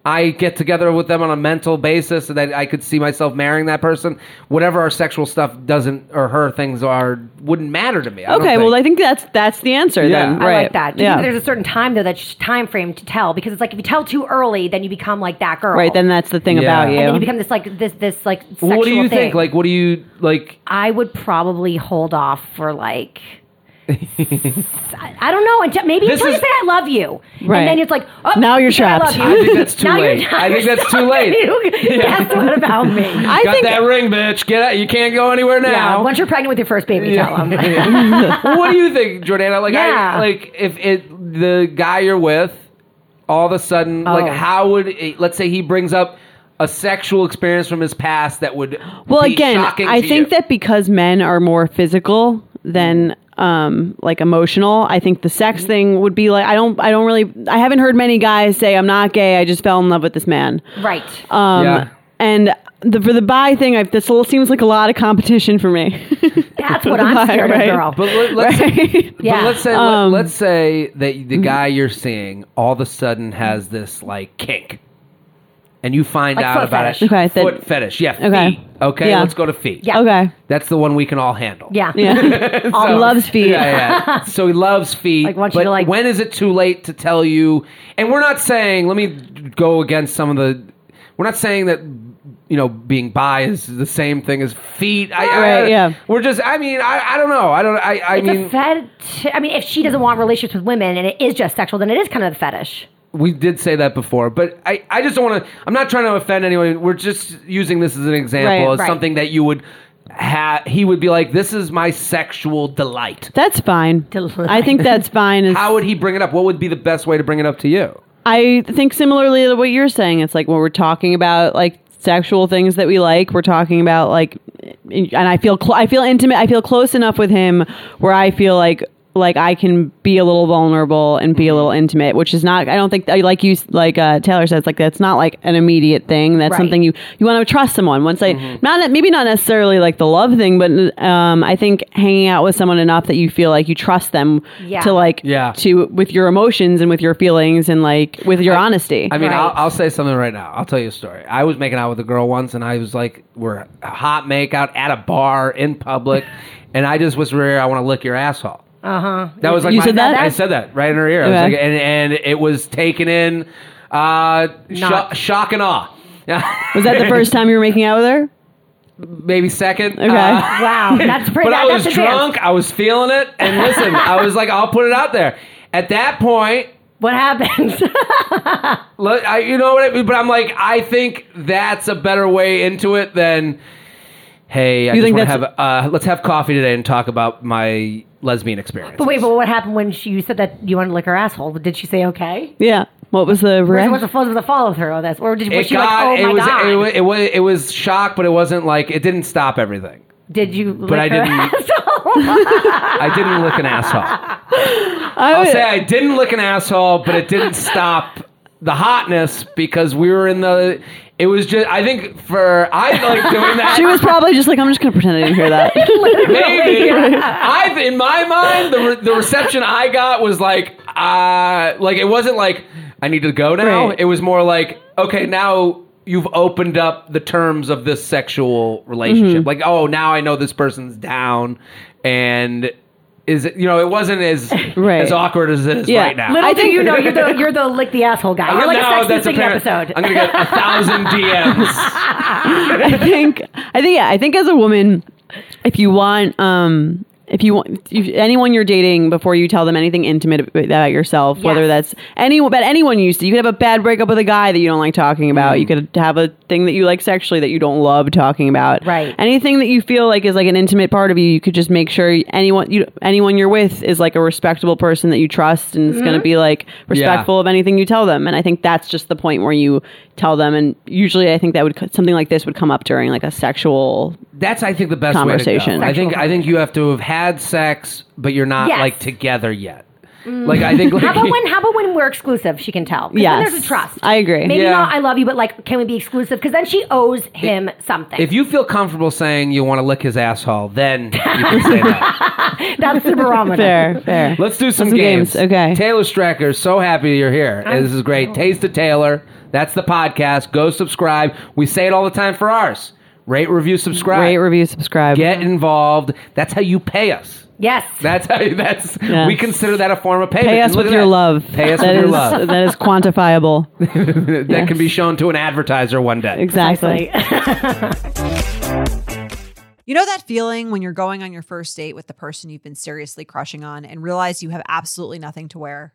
Speaker 3: I get together with them on a mental basis so that I could see myself marrying that person. Whatever our sexual stuff doesn't or her things are wouldn't matter to me. I don't
Speaker 2: okay
Speaker 3: think.
Speaker 2: well i think that's that's the answer
Speaker 3: Yeah.
Speaker 2: then
Speaker 5: I
Speaker 2: right
Speaker 5: like that. Do you
Speaker 2: yeah
Speaker 5: think there's a certain time though that sh- time frame to tell because it's like if you tell too early, then you become like that girl.
Speaker 2: right then that's the thing
Speaker 3: Yeah.
Speaker 2: about
Speaker 3: And
Speaker 2: you
Speaker 5: And then you become this like this this like. Sexual
Speaker 3: what do you
Speaker 5: thing.
Speaker 3: think? Like, what do you like?
Speaker 5: I would probably hold off for like. I I don't know. Until, maybe
Speaker 3: This
Speaker 5: until you
Speaker 3: is-
Speaker 5: say I love you,
Speaker 2: Right.
Speaker 5: and then it's like, oh,
Speaker 2: Now you're
Speaker 5: you said I
Speaker 2: trapped.
Speaker 5: love you.
Speaker 3: I think that's too
Speaker 5: Now you're
Speaker 3: late.
Speaker 5: not-
Speaker 3: I think
Speaker 5: you're
Speaker 3: that's too
Speaker 5: stuck.
Speaker 3: late.
Speaker 5: You Guess what about me?
Speaker 2: I
Speaker 3: got
Speaker 2: think-
Speaker 3: that ring, bitch. Get out. You can't go anywhere now.
Speaker 5: yeah, once you're pregnant with your first baby, tell 'em.
Speaker 3: well, what do you think, Jordana? Like,
Speaker 5: Yeah.
Speaker 3: I, like if it the guy you're with, all of a sudden,
Speaker 5: Oh.
Speaker 3: like, how would it, let's say he brings up a sexual experience from his past that would
Speaker 2: well
Speaker 3: be
Speaker 2: again
Speaker 3: shocking
Speaker 2: i
Speaker 3: to
Speaker 2: think
Speaker 3: you?
Speaker 2: that because men are more physical than um like emotional i think the sex
Speaker 3: Mm-hmm.
Speaker 2: thing would be like i don't i don't really i haven't heard many guys say i'm not gay i just fell in love with this man
Speaker 5: right?
Speaker 2: um
Speaker 3: Yeah.
Speaker 2: and the for the bi thing i this all seems like a lot of competition for me
Speaker 5: That's what
Speaker 2: The
Speaker 5: I'm
Speaker 2: bi,
Speaker 5: scared
Speaker 2: right.
Speaker 5: of,
Speaker 3: But
Speaker 5: girl.
Speaker 3: let, let's
Speaker 2: Right?
Speaker 3: but
Speaker 5: Yeah.
Speaker 3: let's say
Speaker 2: Um, mm-hmm.
Speaker 3: let, us say that the guy you're seeing all of a sudden has this like kink. And you find
Speaker 5: Like
Speaker 3: out
Speaker 5: foot
Speaker 3: about
Speaker 5: fetish.
Speaker 3: it.
Speaker 2: Okay, that-
Speaker 3: foot fetish. Yeah,
Speaker 2: Okay.
Speaker 3: feet. Okay,
Speaker 2: Yeah.
Speaker 3: let's go to feet.
Speaker 5: Yeah.
Speaker 2: okay
Speaker 3: That's the one we can all handle.
Speaker 5: Yeah,
Speaker 2: yeah
Speaker 5: All of
Speaker 2: loves feet
Speaker 3: yeah, yeah. so he loves feet.
Speaker 5: Like, wants you
Speaker 3: but
Speaker 5: to, like-
Speaker 3: when is it too late to tell you? And we're not saying. Let me go against some of the. We're not saying that you know being bi is the same thing as feet. I, I-
Speaker 2: Right, yeah.
Speaker 3: We're just. I mean, I, I don't know. I don't. I. I
Speaker 5: it's
Speaker 3: mean,
Speaker 5: a fetish. I mean, if she doesn't want relationships with women and it is just sexual, then it is kind of a fetish.
Speaker 3: we did say that before, but I. I just don't want to. I'm not trying to offend anyone. We're just using this as an example
Speaker 2: Right,
Speaker 3: as
Speaker 5: right.
Speaker 3: something that you would. Ha- he would be like, "This is my sexual delight."
Speaker 2: that's fine
Speaker 5: Delight.
Speaker 2: i think that's fine It's-
Speaker 3: How would he bring it up? What would be the best way to bring it up to you?
Speaker 2: I think similarly to what you're saying, it's like when we're talking about like sexual things that we like, we're talking about like, and I feel cl- I feel intimate, I feel close enough with him where I feel like like I can be a little vulnerable and
Speaker 5: Mm-hmm.
Speaker 2: be a little intimate, which is not. I don't think I- like you s- like uh, Taylor says like that's not like an immediate thing. That's
Speaker 5: Right. Mm-hmm.
Speaker 2: something you you want to trust someone once I not maybe not necessarily like the love thing, but um, I think hanging out with someone enough that you feel like you trust them
Speaker 5: Yeah.
Speaker 2: to like
Speaker 3: Yeah.
Speaker 2: to with your emotions and with your feelings and like with your honesty.
Speaker 3: I mean,
Speaker 5: Right.
Speaker 3: I'll, I'll say something right now. I'll tell you a story. I was making out with a girl once, and I was like, we're a hot makeout at a bar in public, and I just was really, I want to lick your asshole.
Speaker 5: Uh huh.
Speaker 3: That was like
Speaker 2: Uh-huh. You
Speaker 3: my-
Speaker 2: said that?
Speaker 3: I said that right in her ear. I was
Speaker 2: Okay.
Speaker 3: like- and and it was taken in, uh, sho-
Speaker 5: Not-
Speaker 3: shock and awe.
Speaker 2: was that the first time you were making out with her?
Speaker 3: Maybe second.
Speaker 2: Okay.
Speaker 3: uh,
Speaker 5: Wow, that's
Speaker 3: but
Speaker 5: pretty. that,
Speaker 3: I was
Speaker 5: that's advanced.
Speaker 3: drunk. I was feeling it, and listen, I was like, I'll put it out there. At that point,
Speaker 5: What happens?
Speaker 3: Look, I, you know what I mean? But I'm like, I think that's a better way into it than, hey, I
Speaker 2: You
Speaker 3: just
Speaker 2: think
Speaker 3: want to have,
Speaker 2: that's-
Speaker 3: uh, let's have coffee today and talk about my lesbian experience.
Speaker 5: but wait, but what happened when she, you said that you wanted to lick her asshole? Did she say okay?
Speaker 2: Yeah. What was the
Speaker 5: Or
Speaker 2: reaction?
Speaker 5: was it was the follow through on this? Or did was
Speaker 3: it
Speaker 5: she
Speaker 3: got,
Speaker 5: like, oh
Speaker 3: it
Speaker 5: my
Speaker 3: was,
Speaker 5: god?
Speaker 3: it was, it was, it was shock, but it wasn't like, it didn't stop everything.
Speaker 5: did you? Lick
Speaker 3: I
Speaker 5: her
Speaker 3: didn't-
Speaker 5: Asshole?
Speaker 3: I didn't lick an asshole.
Speaker 2: I
Speaker 3: I'll
Speaker 2: would-
Speaker 3: say I didn't lick an asshole, but it didn't stop the hotness because we were in the, it was just, I think for, I like doing that.
Speaker 2: she was probably just like, I'm just gonna pretend I didn't hear that.
Speaker 3: Maybe. I in my mind the re- the reception I got was like uh like it wasn't like I need to go now.
Speaker 2: Right.
Speaker 3: It was more like okay, now you've opened up the terms of this sexual relationship. Like oh, now I know this person's down and is it, you know, it wasn't as
Speaker 2: Right.
Speaker 3: as awkward as it is
Speaker 2: Yeah.
Speaker 3: right now.
Speaker 5: Little
Speaker 2: I
Speaker 5: do
Speaker 2: think-
Speaker 5: you know, you're the you're the lick the asshole guy. You're like
Speaker 3: Now
Speaker 5: a Sex and the
Speaker 3: that's
Speaker 5: City
Speaker 3: apparent.
Speaker 5: episode.
Speaker 3: I'm gonna get a thousand DMs.
Speaker 2: I think I think yeah, I think as a woman, if you want um if you want if anyone you're dating before you tell them anything intimate about yourself, whether
Speaker 5: Yes.
Speaker 2: that's any but anyone you used to, you could have a bad breakup with a guy that you don't like talking
Speaker 5: Mm.
Speaker 2: about. You could have a thing that you like sexually that you don't love talking about.
Speaker 5: Right.
Speaker 2: Anything that you feel like is like an intimate part of you, you could just make sure anyone you anyone you're with is like a respectable person that you trust and is
Speaker 5: Mm-hmm.
Speaker 2: going to be like respectful of anything you tell them. And I think that's just the point where you tell them. And usually, I think that would something like this would come up during like a sexual.
Speaker 3: That's I think the best Way to
Speaker 2: Conversation.
Speaker 3: go. I think I think you have to have had sex, but you're not
Speaker 5: Yes.
Speaker 3: like together yet. Like I think like,
Speaker 5: How about when? How about when we're exclusive? She can tell. 'Cause then
Speaker 2: Yes.
Speaker 5: there's a trust.
Speaker 2: I agree.
Speaker 5: Maybe
Speaker 3: Yeah.
Speaker 5: not. I love you, but like, can we be exclusive? Because then she owes him something.
Speaker 3: if you feel comfortable saying you want to lick his asshole, then you can say that.
Speaker 5: That's the barometer.
Speaker 2: Fair, fair.
Speaker 3: Let's do some,
Speaker 2: Some games, okay.
Speaker 3: Taylor Strecker, so happy you're here. this is great. Taste of Taylor. That's the podcast. Go subscribe. We say it all the time for ours. Rate, review, subscribe.
Speaker 2: Rate, review, subscribe.
Speaker 3: Get involved. That's how you pay us.
Speaker 5: Yes.
Speaker 3: That's how. That's
Speaker 2: Yes.
Speaker 3: we consider that a form of payment.
Speaker 2: Pay
Speaker 3: And
Speaker 2: us
Speaker 3: look
Speaker 2: with
Speaker 3: at
Speaker 2: your
Speaker 3: that.
Speaker 2: love.
Speaker 3: Pay us
Speaker 2: That
Speaker 3: with your
Speaker 2: is-
Speaker 3: love.
Speaker 2: That is quantifiable.
Speaker 3: that can be shown to an advertiser one day.
Speaker 2: Exactly.
Speaker 4: You know that feeling when you're going on your first date with the person you've been seriously crushing on and realize you have absolutely nothing to wear?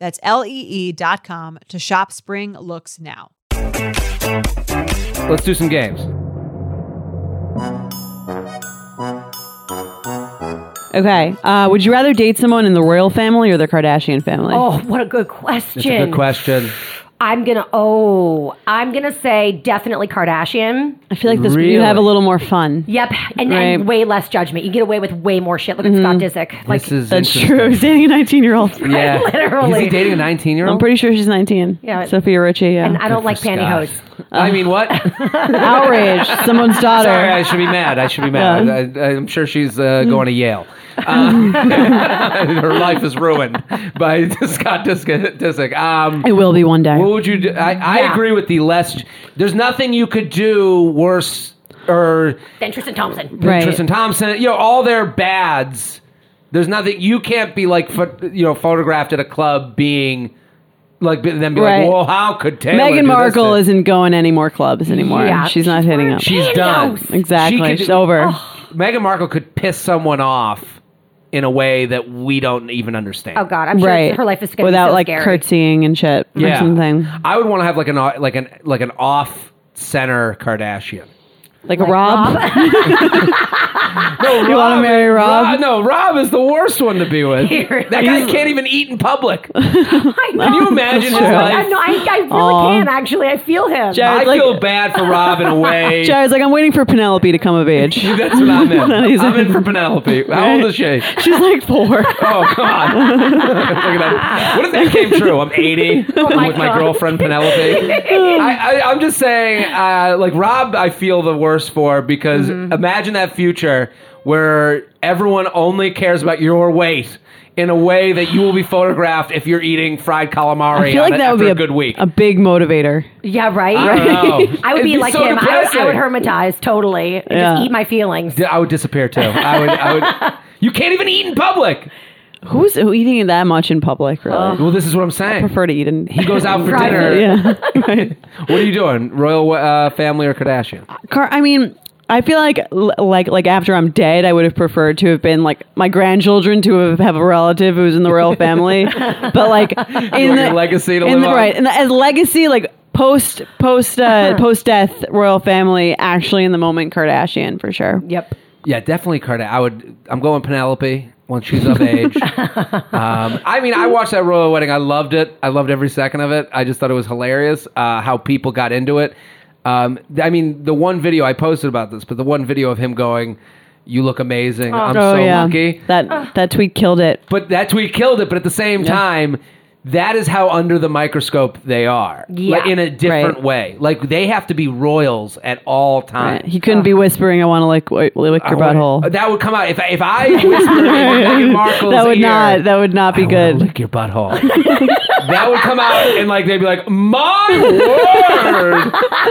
Speaker 4: That's E lee.com to shop spring looks now.
Speaker 3: Let's do some games.
Speaker 2: Okay. Uh, would you rather date someone in the royal family or the Kardashian family?
Speaker 5: Oh, what a good question.
Speaker 3: It's a good question.
Speaker 5: I'm gonna. Oh, I'm gonna say definitely Kardashian.
Speaker 2: I feel like this
Speaker 3: Really?
Speaker 2: you'd have a little more fun.
Speaker 5: Yep, and,
Speaker 2: Right.
Speaker 5: and way less judgment. You get away with way more shit. Look at Scott Disick. Like,
Speaker 3: Mm-hmm. this is
Speaker 2: That's
Speaker 3: interesting.
Speaker 2: true. He's dating a 19 year old.
Speaker 3: Yeah,
Speaker 5: Literally.
Speaker 3: Is he dating a nineteen year
Speaker 2: I'm
Speaker 3: old?
Speaker 2: pretty sure she's 19.
Speaker 5: Yeah.
Speaker 2: Sophia Richie. Yeah.
Speaker 5: and I don't like
Speaker 3: Good for
Speaker 5: pantyhose.
Speaker 3: Scott. I mean, what?
Speaker 2: Outrage. Someone's daughter.
Speaker 3: Sorry, I should be mad. I should be mad. I, I, I'm sure she's uh, going to Yale. Um, her life is ruined by Scott Dis- Disick. Um,
Speaker 2: it will be one day.
Speaker 3: what would you do? I, I
Speaker 5: Yeah.
Speaker 3: agree with the less. There's nothing you could do worse or
Speaker 5: Then Tristan
Speaker 3: than
Speaker 5: Thompson.
Speaker 2: Right.
Speaker 3: Tristan Thompson. You know, all their bads. There's nothing you can't be like, phot- you know, photographed at a club being like, then be
Speaker 2: Right.
Speaker 3: like, well, how could Taylor? do
Speaker 2: Meghan
Speaker 3: this
Speaker 2: Markle
Speaker 3: to-"
Speaker 2: isn't going any more clubs anymore.
Speaker 5: Yeah,
Speaker 2: She's not hitting up.
Speaker 3: She's done.
Speaker 5: She
Speaker 2: exactly.
Speaker 3: could-
Speaker 2: She's over.
Speaker 3: Meghan Markle could piss someone off in a way that we don't even understand.
Speaker 5: Oh God, I'm sure
Speaker 2: right.
Speaker 5: her life is going to
Speaker 2: without
Speaker 5: be so
Speaker 2: like
Speaker 5: scary.
Speaker 2: curtsying and shit or something.
Speaker 3: I would want to have like an o- like an like an off center Kardashian.
Speaker 2: Like, Rob.
Speaker 3: No,
Speaker 2: You wanna marry Rob?
Speaker 3: No, Rob is the worst one to be with.
Speaker 5: Here.
Speaker 3: that guy can't even eat in public. Can
Speaker 5: I know.
Speaker 3: you imagine his
Speaker 5: Oh, my
Speaker 3: life?
Speaker 5: God, no, I, I really
Speaker 2: Aw.
Speaker 5: can actually. I feel him.
Speaker 2: Jared-
Speaker 3: I
Speaker 2: I'd like-
Speaker 3: feel bad for Rob in a way.
Speaker 2: Jared's like, I'm waiting for Penelope to come of age.
Speaker 3: That's what I'm in.
Speaker 2: He's
Speaker 3: I'm in
Speaker 2: like-
Speaker 3: for Penelope. How old is she?
Speaker 2: She's like four.
Speaker 3: Oh, come on. Look at that. What if that came true? I'm 80. I'm
Speaker 5: my
Speaker 3: with my
Speaker 5: God.
Speaker 3: girlfriend Penelope. I, I, I'm just saying, uh, like, Rob, I feel the worst for because
Speaker 2: Mm-hmm.
Speaker 3: imagine that future where everyone only cares about your weight in a way that you will be photographed if you're eating fried calamari
Speaker 2: I feel like
Speaker 3: on it
Speaker 2: that would
Speaker 3: after
Speaker 2: be
Speaker 3: a good week.
Speaker 2: a big motivator.
Speaker 5: yeah, right.
Speaker 3: I don't know.
Speaker 5: I would
Speaker 3: It'd
Speaker 5: be, like
Speaker 3: so
Speaker 5: him. I would, I would
Speaker 3: depressing.
Speaker 5: hermetize totally and
Speaker 2: Yeah.
Speaker 5: just eat my feelings.
Speaker 3: I would disappear too. I would. I would you can't even eat in public.
Speaker 2: Who's eating that much in public? Really?
Speaker 5: Oh.
Speaker 3: Well, this is what I'm saying.
Speaker 2: prefer to eat in.
Speaker 3: he goes out for
Speaker 5: Right.
Speaker 3: dinner.
Speaker 2: yeah. Uh, Right.
Speaker 3: What are you doing, royal uh, family or Kardashian?
Speaker 2: Car- I mean, I feel like l- like like after I'm dead, I would have preferred to have been like my grandchildren to have, have a relative who's in the royal family. but like in the
Speaker 3: your legacy to
Speaker 2: in
Speaker 3: live
Speaker 2: the,
Speaker 3: on?
Speaker 2: right, and as legacy like. Post post
Speaker 3: Uh-huh.
Speaker 2: uh, post death royal family actually in the moment Kardashian for sure.
Speaker 5: Yep.
Speaker 3: Yeah, definitely Kardashian. I would. I'm going Penelope once she's of age. um, I mean, I watched that royal wedding. I loved it. I loved every second of it. I just thought it was hilarious uh, how people got into it. Um, th- I mean, the one video I posted about this, but the one video of him going, "You look amazing. I'm so lucky."
Speaker 2: Oh,
Speaker 3: Uh.
Speaker 2: That that tweet killed it.
Speaker 3: but that tweet killed it. But at the same time, that is how under the microscope they are,
Speaker 5: Yeah.
Speaker 3: like in a different
Speaker 2: Right.
Speaker 3: way. Like they have to be royals at all times.
Speaker 2: He couldn't be whispering, "I want to lick lick your butthole."
Speaker 3: Uh. That would come out if I- if I whispered in Meghan Markle's
Speaker 2: That would
Speaker 3: ear,
Speaker 2: not. That would not be
Speaker 3: "I wanna
Speaker 2: good.
Speaker 3: Lick your butthole. that would come out and like they'd be like, my word,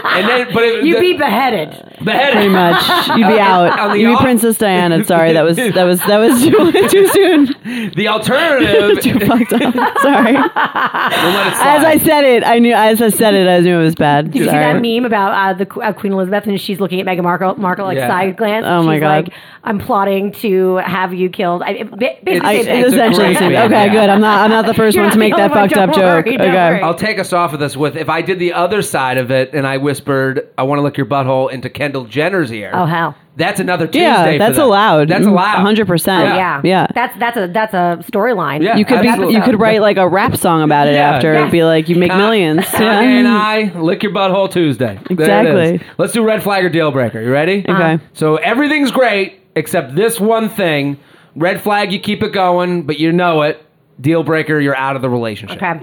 Speaker 3: and then but it,
Speaker 5: You'd
Speaker 3: the,
Speaker 5: be beheaded.
Speaker 3: the head
Speaker 2: Pretty much, you'd be
Speaker 3: on
Speaker 2: out.
Speaker 3: the
Speaker 2: You'd be
Speaker 3: off-
Speaker 2: Princess Diana. Sorry, that was that was that was too, too soon.
Speaker 3: The alternative,
Speaker 2: too fucked up. Sorry.
Speaker 3: We'll let it
Speaker 2: As I
Speaker 3: slide.
Speaker 2: said it, I knew. As I said it, I knew it was bad.
Speaker 5: You see that
Speaker 2: Sorry.
Speaker 5: meme about uh, the Qu- uh, Queen Elizabeth and she's looking at Meghan Markle, Markle like
Speaker 3: Yeah.
Speaker 5: side glance.
Speaker 2: Oh, my
Speaker 5: she's
Speaker 2: God.
Speaker 5: Like, I'm plotting to have you killed. I, it- ba- basically,
Speaker 2: I,
Speaker 5: the same thing.
Speaker 2: it's essentially the
Speaker 3: great
Speaker 2: same.
Speaker 3: meme,
Speaker 2: Okay,
Speaker 3: yeah.
Speaker 2: good. I'm not. I'm not the 1st
Speaker 5: You're
Speaker 2: one to
Speaker 5: not
Speaker 2: make
Speaker 5: the
Speaker 2: that
Speaker 5: only one,
Speaker 2: fucked up
Speaker 5: don't worry,
Speaker 2: joke.
Speaker 5: don't
Speaker 2: Okay.
Speaker 5: worry.
Speaker 3: I'll take us off of this with if I did the other side of it and I whispered, "I want to lick your butthole" into Kendall Jenner's ear.
Speaker 5: Oh, hell.
Speaker 3: That's another Tuesday.
Speaker 2: Yeah,
Speaker 3: for
Speaker 2: that's
Speaker 3: them.
Speaker 2: allowed.
Speaker 3: That's
Speaker 2: Mm,
Speaker 3: allowed.
Speaker 2: 100%.
Speaker 3: Yeah.
Speaker 5: Oh, yeah,
Speaker 2: Yeah.
Speaker 5: That's that's a that's a storyline.
Speaker 3: Yeah.
Speaker 2: You could
Speaker 3: Absolutely.
Speaker 2: be. You could write like a rap song about it
Speaker 3: Yeah.
Speaker 2: after.
Speaker 3: Yeah.
Speaker 2: It'd be like you make
Speaker 3: Con-
Speaker 2: millions. Mm.
Speaker 3: Kanye and I lick your butthole Tuesday. There it
Speaker 2: Exactly.
Speaker 3: is. Let's do red flag or deal breaker. You ready? Uh-huh.
Speaker 2: Okay.
Speaker 3: So everything's great except this one thing. Red flag, you keep it going, but you know it. Deal breaker, you're out of the relationship.
Speaker 5: Okay.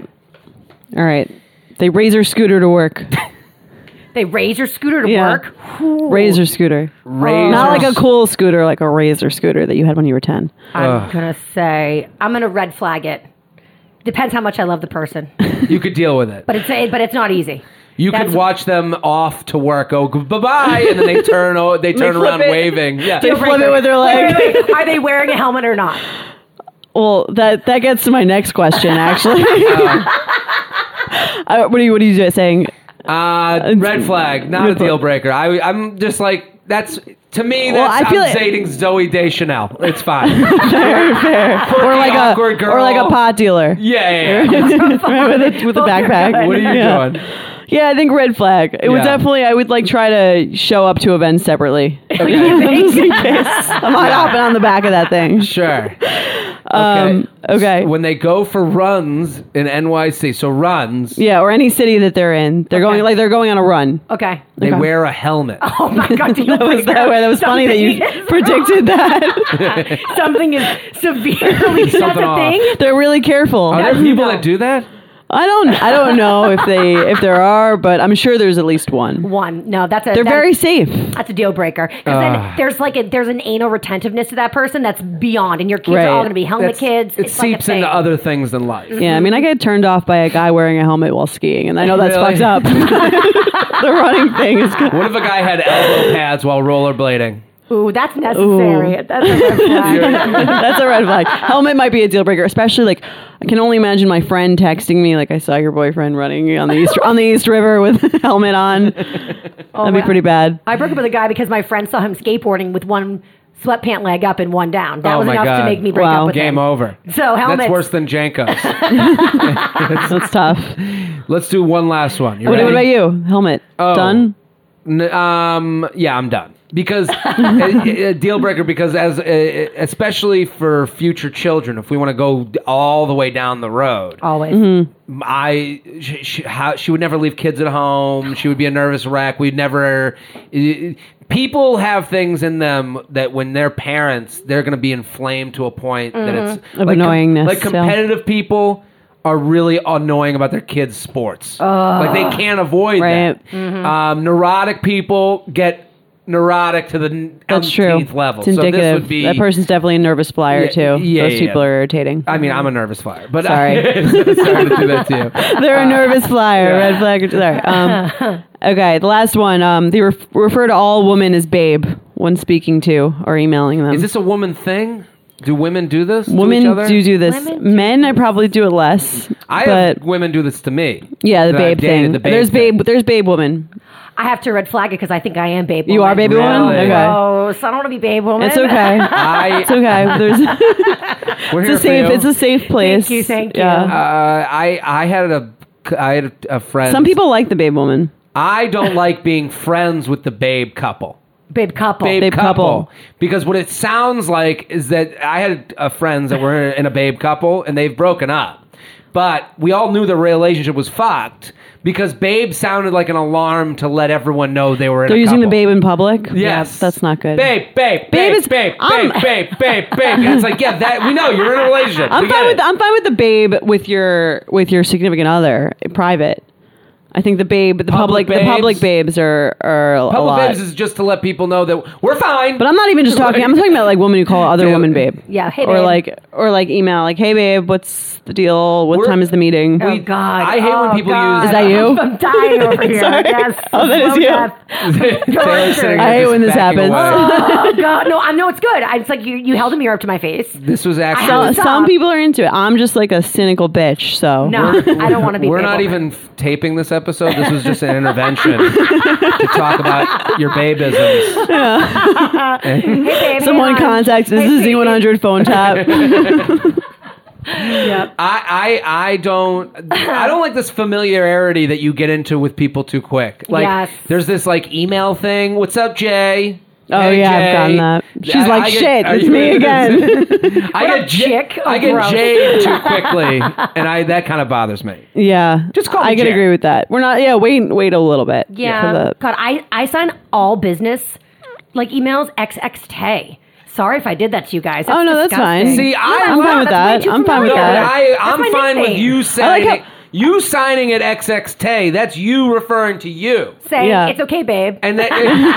Speaker 2: All right. They razor scooter to work.
Speaker 5: They raise your scooter to
Speaker 2: Yeah.
Speaker 5: work. Ooh.
Speaker 2: Razor scooter.
Speaker 3: Razor-
Speaker 2: Not like a cool scooter, like a razor scooter that you had when you were 10.
Speaker 5: I'm
Speaker 3: Ugh.
Speaker 5: gonna say I'm gonna red flag it. Depends how much I love the person,
Speaker 3: You could deal with it.
Speaker 5: but it's but it's not easy.
Speaker 3: You could
Speaker 5: That's-
Speaker 3: watch them off to work, go bye bye, and then they turn o- they turn
Speaker 2: flip
Speaker 3: around
Speaker 2: it.
Speaker 3: waving. Yeah.
Speaker 2: They flip it with their leg.
Speaker 5: Wait, wait, wait. Are they wearing a helmet or not?
Speaker 2: Well, that that gets to my next question, actually. Uh, what are you What are you saying?
Speaker 3: Uh, red flag, not a
Speaker 2: Red flag.
Speaker 3: deal breaker. I, I'm just like that's to me. That's
Speaker 2: Well, I feel
Speaker 3: I'm
Speaker 2: it-
Speaker 3: dating Zoe Deschanel. It's fine. yeah,
Speaker 2: Or like a
Speaker 3: awkward girl.
Speaker 2: or like a pot dealer
Speaker 3: yeah, yeah.
Speaker 2: Right, with a, with a
Speaker 5: Oh, you're
Speaker 2: backpack.
Speaker 5: good.
Speaker 3: What are you
Speaker 2: yeah.
Speaker 3: doing?
Speaker 2: Yeah, I think red flag. It would
Speaker 3: Yeah.
Speaker 2: definitely. I would like try to show up to events separately, just in case. I'm not hopping on the back of that thing.
Speaker 3: Sure.
Speaker 2: Um, okay.
Speaker 3: When they go for runs in NYC, so runs,
Speaker 2: Yeah, or any city that they're in, they're
Speaker 5: Okay.
Speaker 2: going like they're going on a run.
Speaker 3: Oh
Speaker 5: Okay.
Speaker 3: they
Speaker 2: Okay.
Speaker 3: wear a helmet.
Speaker 5: Oh my god, deal
Speaker 2: That was
Speaker 5: breaker.
Speaker 2: that way. That was funny that you
Speaker 5: Something is
Speaker 2: predicted that.
Speaker 5: wrong. something is severely that's
Speaker 3: Something
Speaker 5: a
Speaker 3: off.
Speaker 5: thing.
Speaker 2: They're really careful.
Speaker 3: Are there
Speaker 5: you
Speaker 3: people
Speaker 5: know.
Speaker 3: that do that?
Speaker 2: I don't. I don't know if they if there are, but I'm sure there's at least one.
Speaker 5: One. No, that's a.
Speaker 2: They're
Speaker 5: that-
Speaker 2: very safe.
Speaker 5: That's a deal breaker. 'Cause
Speaker 3: Ah.
Speaker 5: then there's like a, there's an anal retentiveness to that person that's beyond, and your kids
Speaker 2: Right.
Speaker 5: are all going to be helmet
Speaker 3: That's-
Speaker 5: kids.
Speaker 3: It
Speaker 5: It's like a
Speaker 3: seeps into
Speaker 5: thing. Mm-hmm.
Speaker 3: other things in life.
Speaker 2: Yeah, I mean, I get turned off by a guy wearing a helmet while skiing, and I know that's
Speaker 3: Really?
Speaker 2: fucked up. the running thing is. Good.
Speaker 3: What if a guy had elbow pads while rollerblading?
Speaker 5: Ooh, that's necessary. That's a red flag.
Speaker 2: That's a red flag. Helmet might be a deal breaker, especially like I can only imagine my friend texting me like I saw your boyfriend running on the east on the East River with a helmet on. That'd be
Speaker 5: my-
Speaker 2: pretty bad.
Speaker 5: I broke up with a guy because my friend saw him skateboarding with one sweatpant leg up and one down. That
Speaker 3: Oh
Speaker 5: was
Speaker 3: my
Speaker 5: enough
Speaker 3: God.
Speaker 5: to make me break
Speaker 2: Wow.
Speaker 5: up with
Speaker 3: Game
Speaker 5: him.
Speaker 3: over.
Speaker 5: So helmets.
Speaker 3: That's worse than Jankos.
Speaker 2: That's tough.
Speaker 3: Let's do one last one. You
Speaker 2: What,
Speaker 3: ready?
Speaker 2: what about you? Helmet
Speaker 3: Oh.
Speaker 2: done.
Speaker 3: N- um, yeah, I'm done because a, a deal breaker. Because as uh, especially for future children, if we want to go d- all the way down the road,
Speaker 5: Always.
Speaker 2: Mm-hmm.
Speaker 3: I she, she, how, she would never leave kids at hhome. She would be a nervous wreck. We'd never. eh, People have things in them that when they're parents, they're going to be inflamed to a point that it's
Speaker 2: Mm-hmm. Of
Speaker 3: com-
Speaker 2: annoyingness,
Speaker 3: Like
Speaker 2: yeah.
Speaker 3: competitive people are really annoying about their kids' sports. like they can't avoid
Speaker 2: Right. Mm-hmm.
Speaker 3: that. Um, neurotic people get neurotic to the n-
Speaker 2: That's true.
Speaker 3: umpteenth level.
Speaker 2: It's
Speaker 3: So
Speaker 2: indicative.
Speaker 3: this would be
Speaker 2: that person's definitely a nervous flyer
Speaker 3: Yeah,
Speaker 2: too.
Speaker 3: yeah,
Speaker 2: Those
Speaker 3: yeah,
Speaker 2: people
Speaker 3: yeah.
Speaker 2: are irritating.
Speaker 3: I mean, I'm a nervous flyer, but
Speaker 2: Sorry.
Speaker 3: sorry to do that to you.
Speaker 2: They're a nervous flyer. Red flag. Sorry. Um, okay, the last one. Um, they ref- refer to all women as babe when speaking to or emailing them.
Speaker 3: Is this a woman thing? Do women do this? to each
Speaker 2: Women
Speaker 3: other?
Speaker 2: do do this.
Speaker 5: Women do
Speaker 2: Men, I probably do it less.
Speaker 3: I
Speaker 2: but
Speaker 3: have women do this to me.
Speaker 2: yeah, the
Speaker 3: That
Speaker 2: babe
Speaker 3: I've dated,
Speaker 2: thing.
Speaker 3: the
Speaker 2: there's
Speaker 3: thing.
Speaker 2: babe. There's babe woman.
Speaker 5: I have to red flag it because I think I am babe.
Speaker 2: You are baby woman?
Speaker 3: Really?
Speaker 2: Okay.
Speaker 5: Oh, so I don't want to be babe woman.
Speaker 2: It's okay.
Speaker 3: I,
Speaker 2: it's okay. There's it's
Speaker 3: we're
Speaker 2: a
Speaker 3: here for
Speaker 2: safe.
Speaker 3: you.
Speaker 2: It's a safe place.
Speaker 5: you, thank you.
Speaker 3: Uh, I I had a I had a friend.
Speaker 2: Some people like the babe woman.
Speaker 3: I don't like being friends with the babe couple.
Speaker 5: babe couple.
Speaker 3: Babe,
Speaker 2: Babe couple.
Speaker 3: Because what it sounds like is that I had uh friends that were in a babe couple and they've broken up. But we all knew the relationship was fucked because babe sounded like an alarm to let everyone know they were in
Speaker 2: They're
Speaker 3: a
Speaker 2: using the
Speaker 3: couple.
Speaker 2: babe in public.
Speaker 3: Yes,
Speaker 2: Yeah, that's not good.
Speaker 3: Babe, babe,
Speaker 2: Babe
Speaker 3: babe,
Speaker 2: is- um,
Speaker 3: babe, babe,
Speaker 2: I'm-
Speaker 3: babe, babe, babe, And it's like, yeah, that we know you're in a relationship.
Speaker 2: I'm
Speaker 3: We
Speaker 2: fine
Speaker 3: get
Speaker 2: with
Speaker 3: it.
Speaker 2: I'm fine with the babe with your with your significant other private. I think the babe, the public,
Speaker 3: Public
Speaker 2: the public
Speaker 3: babes.
Speaker 2: babes are are a
Speaker 3: Public
Speaker 2: lot.
Speaker 3: babes is just to let people know that we're fine.
Speaker 2: But I'm not even just talking. I'm talking about like women who call other
Speaker 3: Yeah.
Speaker 2: women babe.
Speaker 5: Yeah, hey,
Speaker 2: Or
Speaker 5: babe.
Speaker 2: like or like email like hey babe, what's the deal? What
Speaker 3: We're-
Speaker 2: time is the meeting?
Speaker 5: Oh God!
Speaker 3: I hate when
Speaker 5: Oh,
Speaker 3: people
Speaker 5: God.
Speaker 3: use- Is
Speaker 2: that you?
Speaker 5: I'm dying over here. Yes.
Speaker 2: Oh, that is
Speaker 5: Slow
Speaker 2: you.
Speaker 5: death.
Speaker 3: Taylor's sitting there
Speaker 2: I hate
Speaker 3: just
Speaker 2: when this
Speaker 3: backing
Speaker 2: happens.
Speaker 3: away.
Speaker 5: Oh God! No, I know it's good. I, it's like you, you held a mirror up to my face.
Speaker 3: This was
Speaker 2: Uh,
Speaker 3: actually.
Speaker 5: Stop.
Speaker 2: some people are into it. I'm just like a cynical bitch. So
Speaker 5: No, I don't want to be.
Speaker 3: We're
Speaker 5: babe
Speaker 3: not
Speaker 5: woman.
Speaker 3: even f- taping this episode. This was just an intervention to talk about your babisms.
Speaker 5: Hey, babe,
Speaker 2: someone
Speaker 5: hang on.
Speaker 2: contacts. This
Speaker 5: Hey,
Speaker 2: is
Speaker 5: babe.
Speaker 2: Z100 phone tap. Oh,
Speaker 3: I, I, I don't, I don't like this familiarity that you get into with people too quick. Like,
Speaker 5: Yes.
Speaker 3: there's this like email thing. What's up, Jay?
Speaker 2: Oh
Speaker 3: Hey,
Speaker 2: yeah, I've gotten
Speaker 3: Jay.
Speaker 2: that. She's
Speaker 3: I-
Speaker 2: like,
Speaker 3: I get-
Speaker 2: shit,
Speaker 3: are
Speaker 2: it's
Speaker 3: you-
Speaker 2: me again.
Speaker 3: I get J-
Speaker 5: chick?
Speaker 2: Oh,
Speaker 3: I get
Speaker 5: Gross.
Speaker 3: jaded too quickly, and I that kind of bothers me.
Speaker 2: yeah,
Speaker 3: Just call
Speaker 2: I
Speaker 3: me
Speaker 2: can
Speaker 3: Jack.
Speaker 2: agree with that. We're not. Yeah, wait, wait a little bit.
Speaker 5: Yeah.
Speaker 2: for the-
Speaker 5: God, I, I sign all business like emails XXT. Sorry if I did that to you guys.
Speaker 2: Oh, no, that's
Speaker 5: disgusting.
Speaker 2: fine.
Speaker 3: See, I
Speaker 2: I'm
Speaker 3: love-
Speaker 2: fine with
Speaker 5: that's
Speaker 2: that.
Speaker 5: way too
Speaker 2: I'm fine with
Speaker 3: No,
Speaker 5: familiar.
Speaker 3: but
Speaker 2: that.
Speaker 3: I, I'm
Speaker 5: my
Speaker 3: fine with
Speaker 5: nickname.
Speaker 3: you signing.
Speaker 2: how-
Speaker 3: you signing it XXT. That's you referring to you.
Speaker 5: Say
Speaker 2: Yeah.
Speaker 5: it's okay, babe.
Speaker 3: And that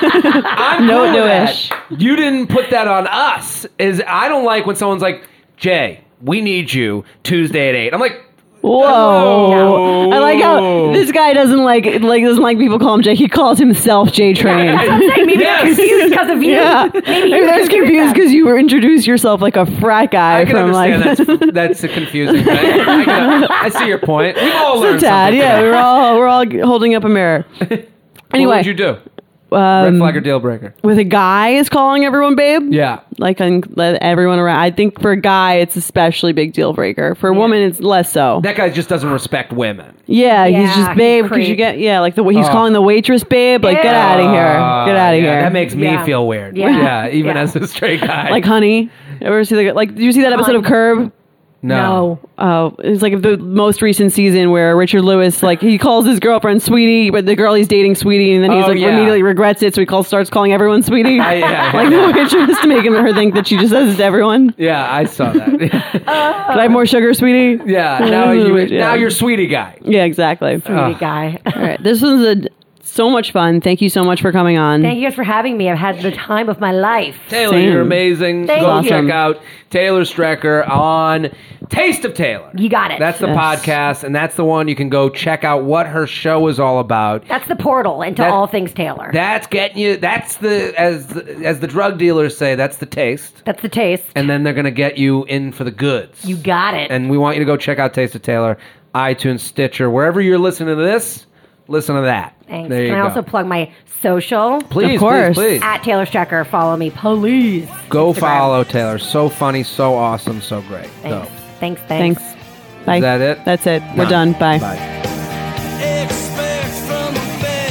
Speaker 3: I'm
Speaker 2: No
Speaker 3: cool with that.
Speaker 2: dish.
Speaker 3: You didn't put that on us. Is I don't like when someone's like, Jay, we need you Tuesday at eight. I'm like,
Speaker 2: Whoa!
Speaker 3: Whoa.
Speaker 2: I like how this guy doesn't like like doesn't like people call him Jay. He calls himself J Train.
Speaker 5: Maybe they're
Speaker 3: Yes.
Speaker 5: confused because of you.
Speaker 2: yeah,
Speaker 5: Maybe
Speaker 2: Maybe
Speaker 5: you're
Speaker 2: that's confused
Speaker 5: them.
Speaker 2: because you were introduced yourself like a frat guy
Speaker 3: I can
Speaker 2: from like
Speaker 3: understand that's that's a confusing. Thing. I, can- I see your point. We all
Speaker 2: a
Speaker 3: learned
Speaker 2: tad.
Speaker 3: something.
Speaker 2: Yeah, we're all we're all holding up a mirror. Anyway,
Speaker 3: What would you do? Red
Speaker 2: um,
Speaker 3: flag or deal breaker?
Speaker 2: with a guy is calling everyone babe.
Speaker 3: Yeah.
Speaker 2: like un- let everyone around. I think for a guy it's especially big deal breaker. For a woman it's less so.
Speaker 3: That guy just doesn't respect women.
Speaker 2: yeah, he's
Speaker 5: Yeah,
Speaker 2: just
Speaker 5: he's
Speaker 2: babe because you
Speaker 5: creep.
Speaker 2: get yeah like the way he's
Speaker 3: Oh.
Speaker 2: calling the waitress babe. Like get
Speaker 5: Ew.
Speaker 2: out of here,
Speaker 3: Uh,
Speaker 2: get out of
Speaker 3: yeah,
Speaker 2: here.
Speaker 3: That makes me
Speaker 5: Yeah.
Speaker 3: feel weird.
Speaker 5: Yeah.
Speaker 3: Yeah, even
Speaker 5: Yeah.
Speaker 3: as a straight guy.
Speaker 2: like honey. Ever see the like? Did you see that episode of
Speaker 5: Honey.
Speaker 2: Curb?
Speaker 3: No.
Speaker 2: Oh, it's like the most recent season where Richard Lewis, like, he calls his girlfriend sweetie, but the girl he's dating sweetie, and then he's
Speaker 3: Oh,
Speaker 2: like
Speaker 3: yeah.
Speaker 2: immediately regrets it, so he calls, starts calling everyone sweetie.
Speaker 3: I- yeah,
Speaker 2: like the way just to make her think that she just says it to everyone.
Speaker 3: Yeah, I saw that.
Speaker 2: Could I have more sugar, sweetie?
Speaker 3: yeah, now you
Speaker 2: Oh, Yeah.
Speaker 3: now you're sweetie guy.
Speaker 2: Yeah, exactly.
Speaker 5: Sweetie guy.
Speaker 2: All right, this was a, so much fun. Thank you so much for coming on.
Speaker 5: Thank you guys for having me. I've had the time of my life.
Speaker 3: Taylor,
Speaker 2: Same.
Speaker 3: you're amazing.
Speaker 5: Thank
Speaker 3: Go
Speaker 5: you.
Speaker 3: check
Speaker 2: Awesome.
Speaker 3: out Taylor Strecker on Taste of Taylor.
Speaker 5: You got it.
Speaker 3: That's the
Speaker 2: Yes.
Speaker 3: podcast, and that's the one you can go check out what her show is all about.
Speaker 5: That's the portal into
Speaker 3: That-
Speaker 5: all things Taylor.
Speaker 3: That's getting you. That's the as as the drug dealers say. That's the taste,
Speaker 5: That's the taste.
Speaker 3: and then they're gonna get you in for the goods.
Speaker 5: You got it.
Speaker 3: and we want you to go check out Taste of Taylor, iTunes, Stitcher, wherever you're listening to this. Listen to that.
Speaker 5: Thanks.
Speaker 3: There you
Speaker 5: Can I
Speaker 3: go.
Speaker 5: also plug my social?
Speaker 3: please,
Speaker 2: Of course.
Speaker 3: please, please
Speaker 5: At Taylor Strecker. Follow me, please.
Speaker 3: go
Speaker 5: Instagram.
Speaker 3: follow Taylor. So funny, so awesome, so great.
Speaker 5: Thanks.
Speaker 3: Dope.
Speaker 5: Thanks.
Speaker 2: Thanks.
Speaker 5: Thanks.
Speaker 2: Bye.
Speaker 3: Is that it?
Speaker 2: That's it. We're
Speaker 3: Nah.
Speaker 2: done. Bye.
Speaker 3: Bye.
Speaker 1: Expect from a man.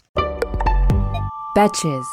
Speaker 6: Betches.